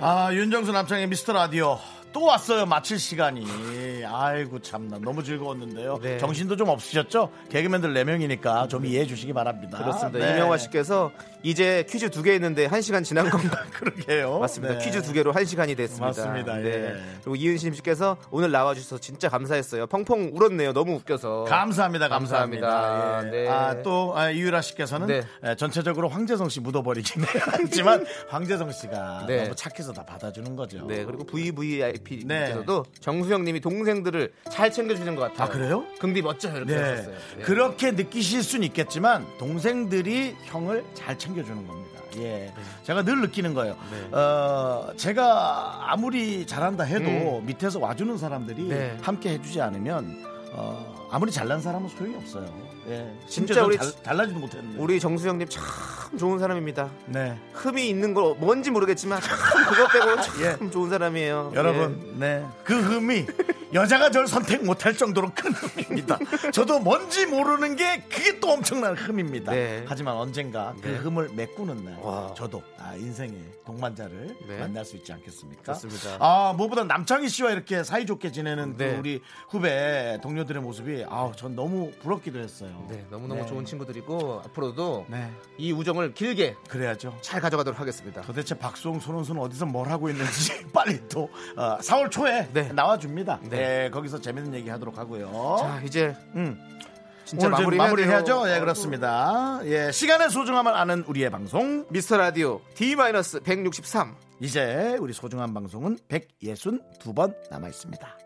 A: 아 윤정수 남창의 미스터 라디오 또 왔어요 마칠 시간이 아이고 참나 너무 즐거웠는데요
B: 네.
A: 정신도 좀 없으셨죠 개그맨들 4명이니까 좀 이해해 주시기 바랍니다
B: 그렇습니다.
A: 네.
B: 이명화 씨께서 이제 퀴즈 두 개 있는데 한 시간 지난 건가? <laughs>
A: 그러게요
B: 맞습니다.
A: 네.
B: 퀴즈 두 개로 한 시간이 됐습니다. 네.
A: 맞습니다. 예.
B: 그리고 이은심 씨께서 오늘 나와주셔서 진짜 감사했어요. 펑펑 울었네요. 너무 웃겨서.
A: 감사합니다, 감사합니다.
B: 어, 감사합니다.
A: 예.
B: 네.
A: 아, 또 아, 이유라 씨께서는
B: 네.
A: 예, 전체적으로 황재성 씨 묻어버리긴
B: <laughs>
A: 했지만 황재성 씨가
B: 네.
A: 너무 착해서 다 받아주는 거죠.
B: 네 그리고 VVIP
A: 네.
B: 님께서도 정수영님이 동생들을 잘 챙겨주는 것 같아요.
A: 아, 그래요?
B: 긍디 멋져요 이렇게
A: 네.
B: 하셨어요. 네.
A: 그렇게 느끼실 순 있겠지만 동생들이 형을 잘 챙겨주는 겁니다.
B: 네.
A: 예, 제가 늘 느끼는 거예요. 어, 제가 아무리 잘한다 해도 밑에서 와주는 사람들이
B: 음. 네.
A: 함께 해주지 않으면 어, 아무리 잘난 사람은 소용이 없어요. 예,
B: 진짜
A: 진짜 우리
B: 우리
A: 잘나지도 못했는데.
B: 우리 정수영님 참 좋은 사람입니다.
A: 네.
B: 흠이 있는 거 뭔지 모르겠지만 참 그거
A: <laughs>
B: 빼고 참 좋은 사람이에요.
A: 예. 여러분,
B: 예.
A: 네. 그 흠이 여자가 저를 선택 못할 정도로 큰 흠입니다. 저도 뭔지 모르는 게 그게 또 엄청난 흠입니다.
B: 네.
A: 하지만 언젠가 그 흠을 메꾸는 날
B: 와.
A: 저도 아, 인생의 동반자를
B: 네.
A: 만날 수 있지 않겠습니까?
B: 좋습니다.
A: 아, 무엇보다 남창희 씨와 이렇게 사이좋게 지내는 그
B: 네.
A: 우리 후배 동료들의 모습이 아, 전 너무 부럽기도 했어요.
B: 네, 너무너무
A: 네.
B: 좋은 친구들이고 앞으로도
A: 네.
B: 이 우정을 길게
A: 그래야죠.
B: 잘 가져가도록 하겠습니다.
A: 도대체 박수홍 손원수는 어디서 뭘 하고 있는지 <laughs> 빨리 또 어, 4월 초에
B: 네.
A: 나와줍니다. 네.
B: 네.
A: 거기서 재밌는 얘기 하도록 하고요.
B: 자, 이제
A: 음,
B: 진짜
A: 오늘
B: 마무리
A: 마무리 해야죠. 예, 그렇습니다. 예, 시간의 소중함을 아는 우리의 방송
B: 미스터 라디오 D-163
A: 이제 우리 소중한 방송은 162번 남아 있습니다.